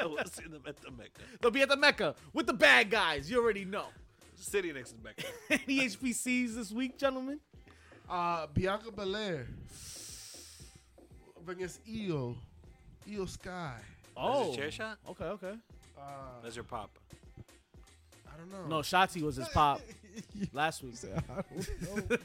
S3: we'll see them at the Mecca.
S2: They'll be at the Mecca with the bad guys. You already know. E
S3: City next to Mecca.
S2: Any HBCs this week, gentlemen?
S1: Uh, Bianca Belair against Io, Io Sky.
S2: Oh,
S3: chair shot?
S2: Okay, okay.
S1: Uh,
S3: That's your pop.
S1: I don't know.
S2: No, Shotzi was his pop last week.
S4: He said, I don't know.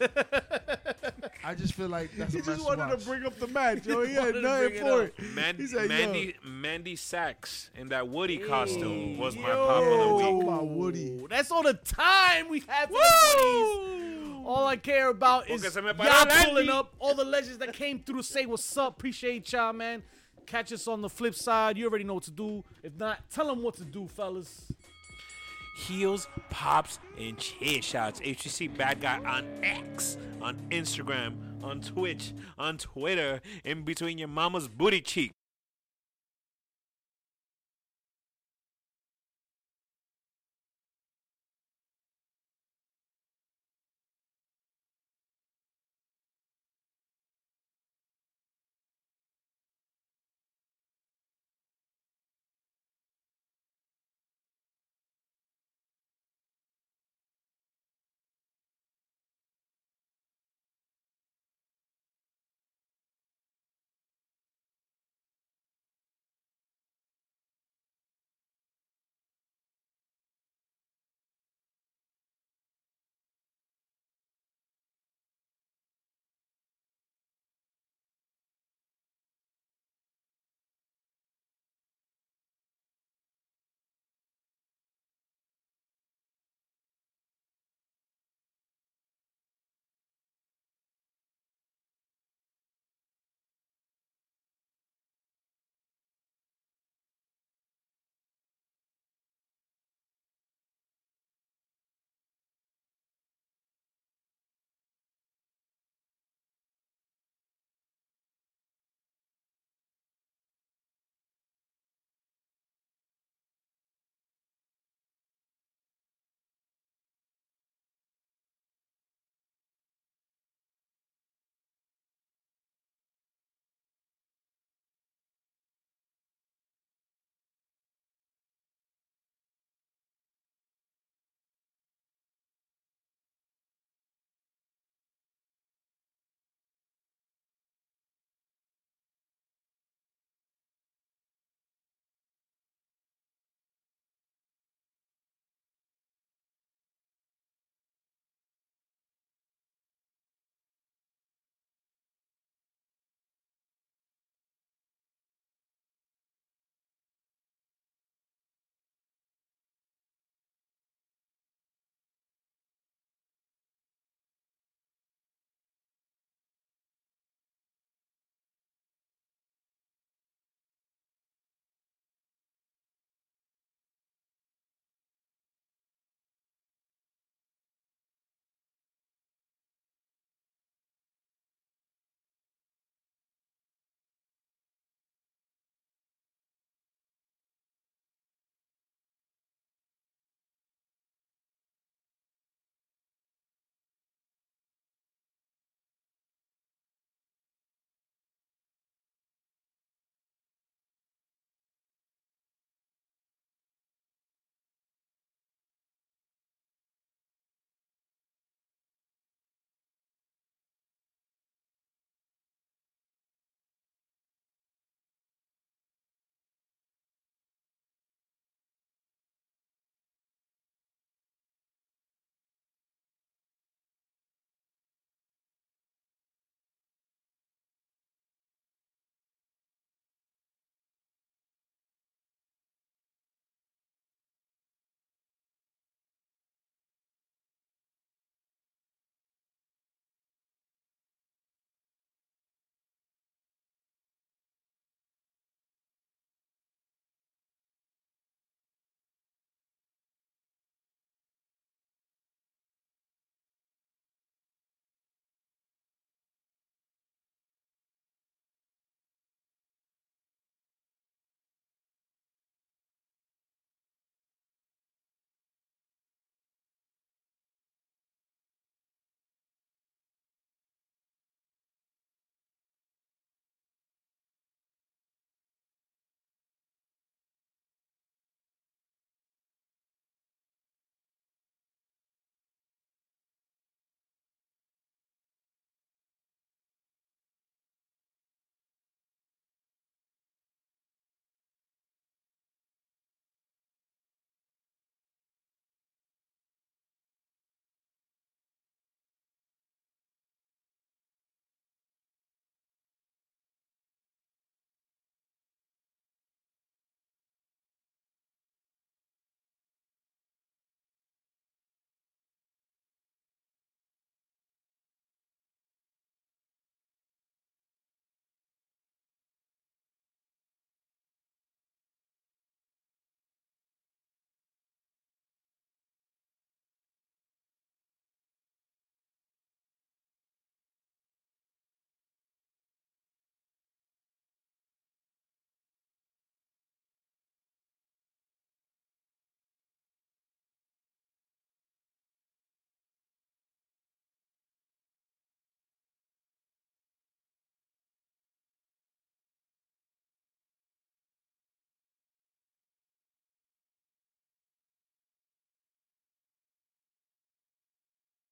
S1: I just feel like that's
S4: he
S1: a match
S4: just wanted
S1: watch.
S4: to bring up the match, yo. He had
S2: wanted to
S4: nothing
S2: bring it
S4: for
S2: up.
S4: it.
S3: Man-
S4: He said,
S3: Mandy Mandy Sachs in that Woody costume was my
S2: yo.
S3: pop of the
S4: Talk
S3: week.
S4: about Woody.
S2: Ooh, That's all the time we had for the Woodies. All I care about is
S3: Porque se me
S2: y'all
S3: paró el
S2: pulling
S3: Andy.
S2: up all the legends that came through to say what's up. Appreciate y'all, man. Catch us on the flip side. You already know what to do. If not, tell them what to do, fellas.
S3: heels, pops, and chair shots. HTC Bad Guy on X, on Instagram, on Twitch, on Twitter, in between your mama's booty cheek.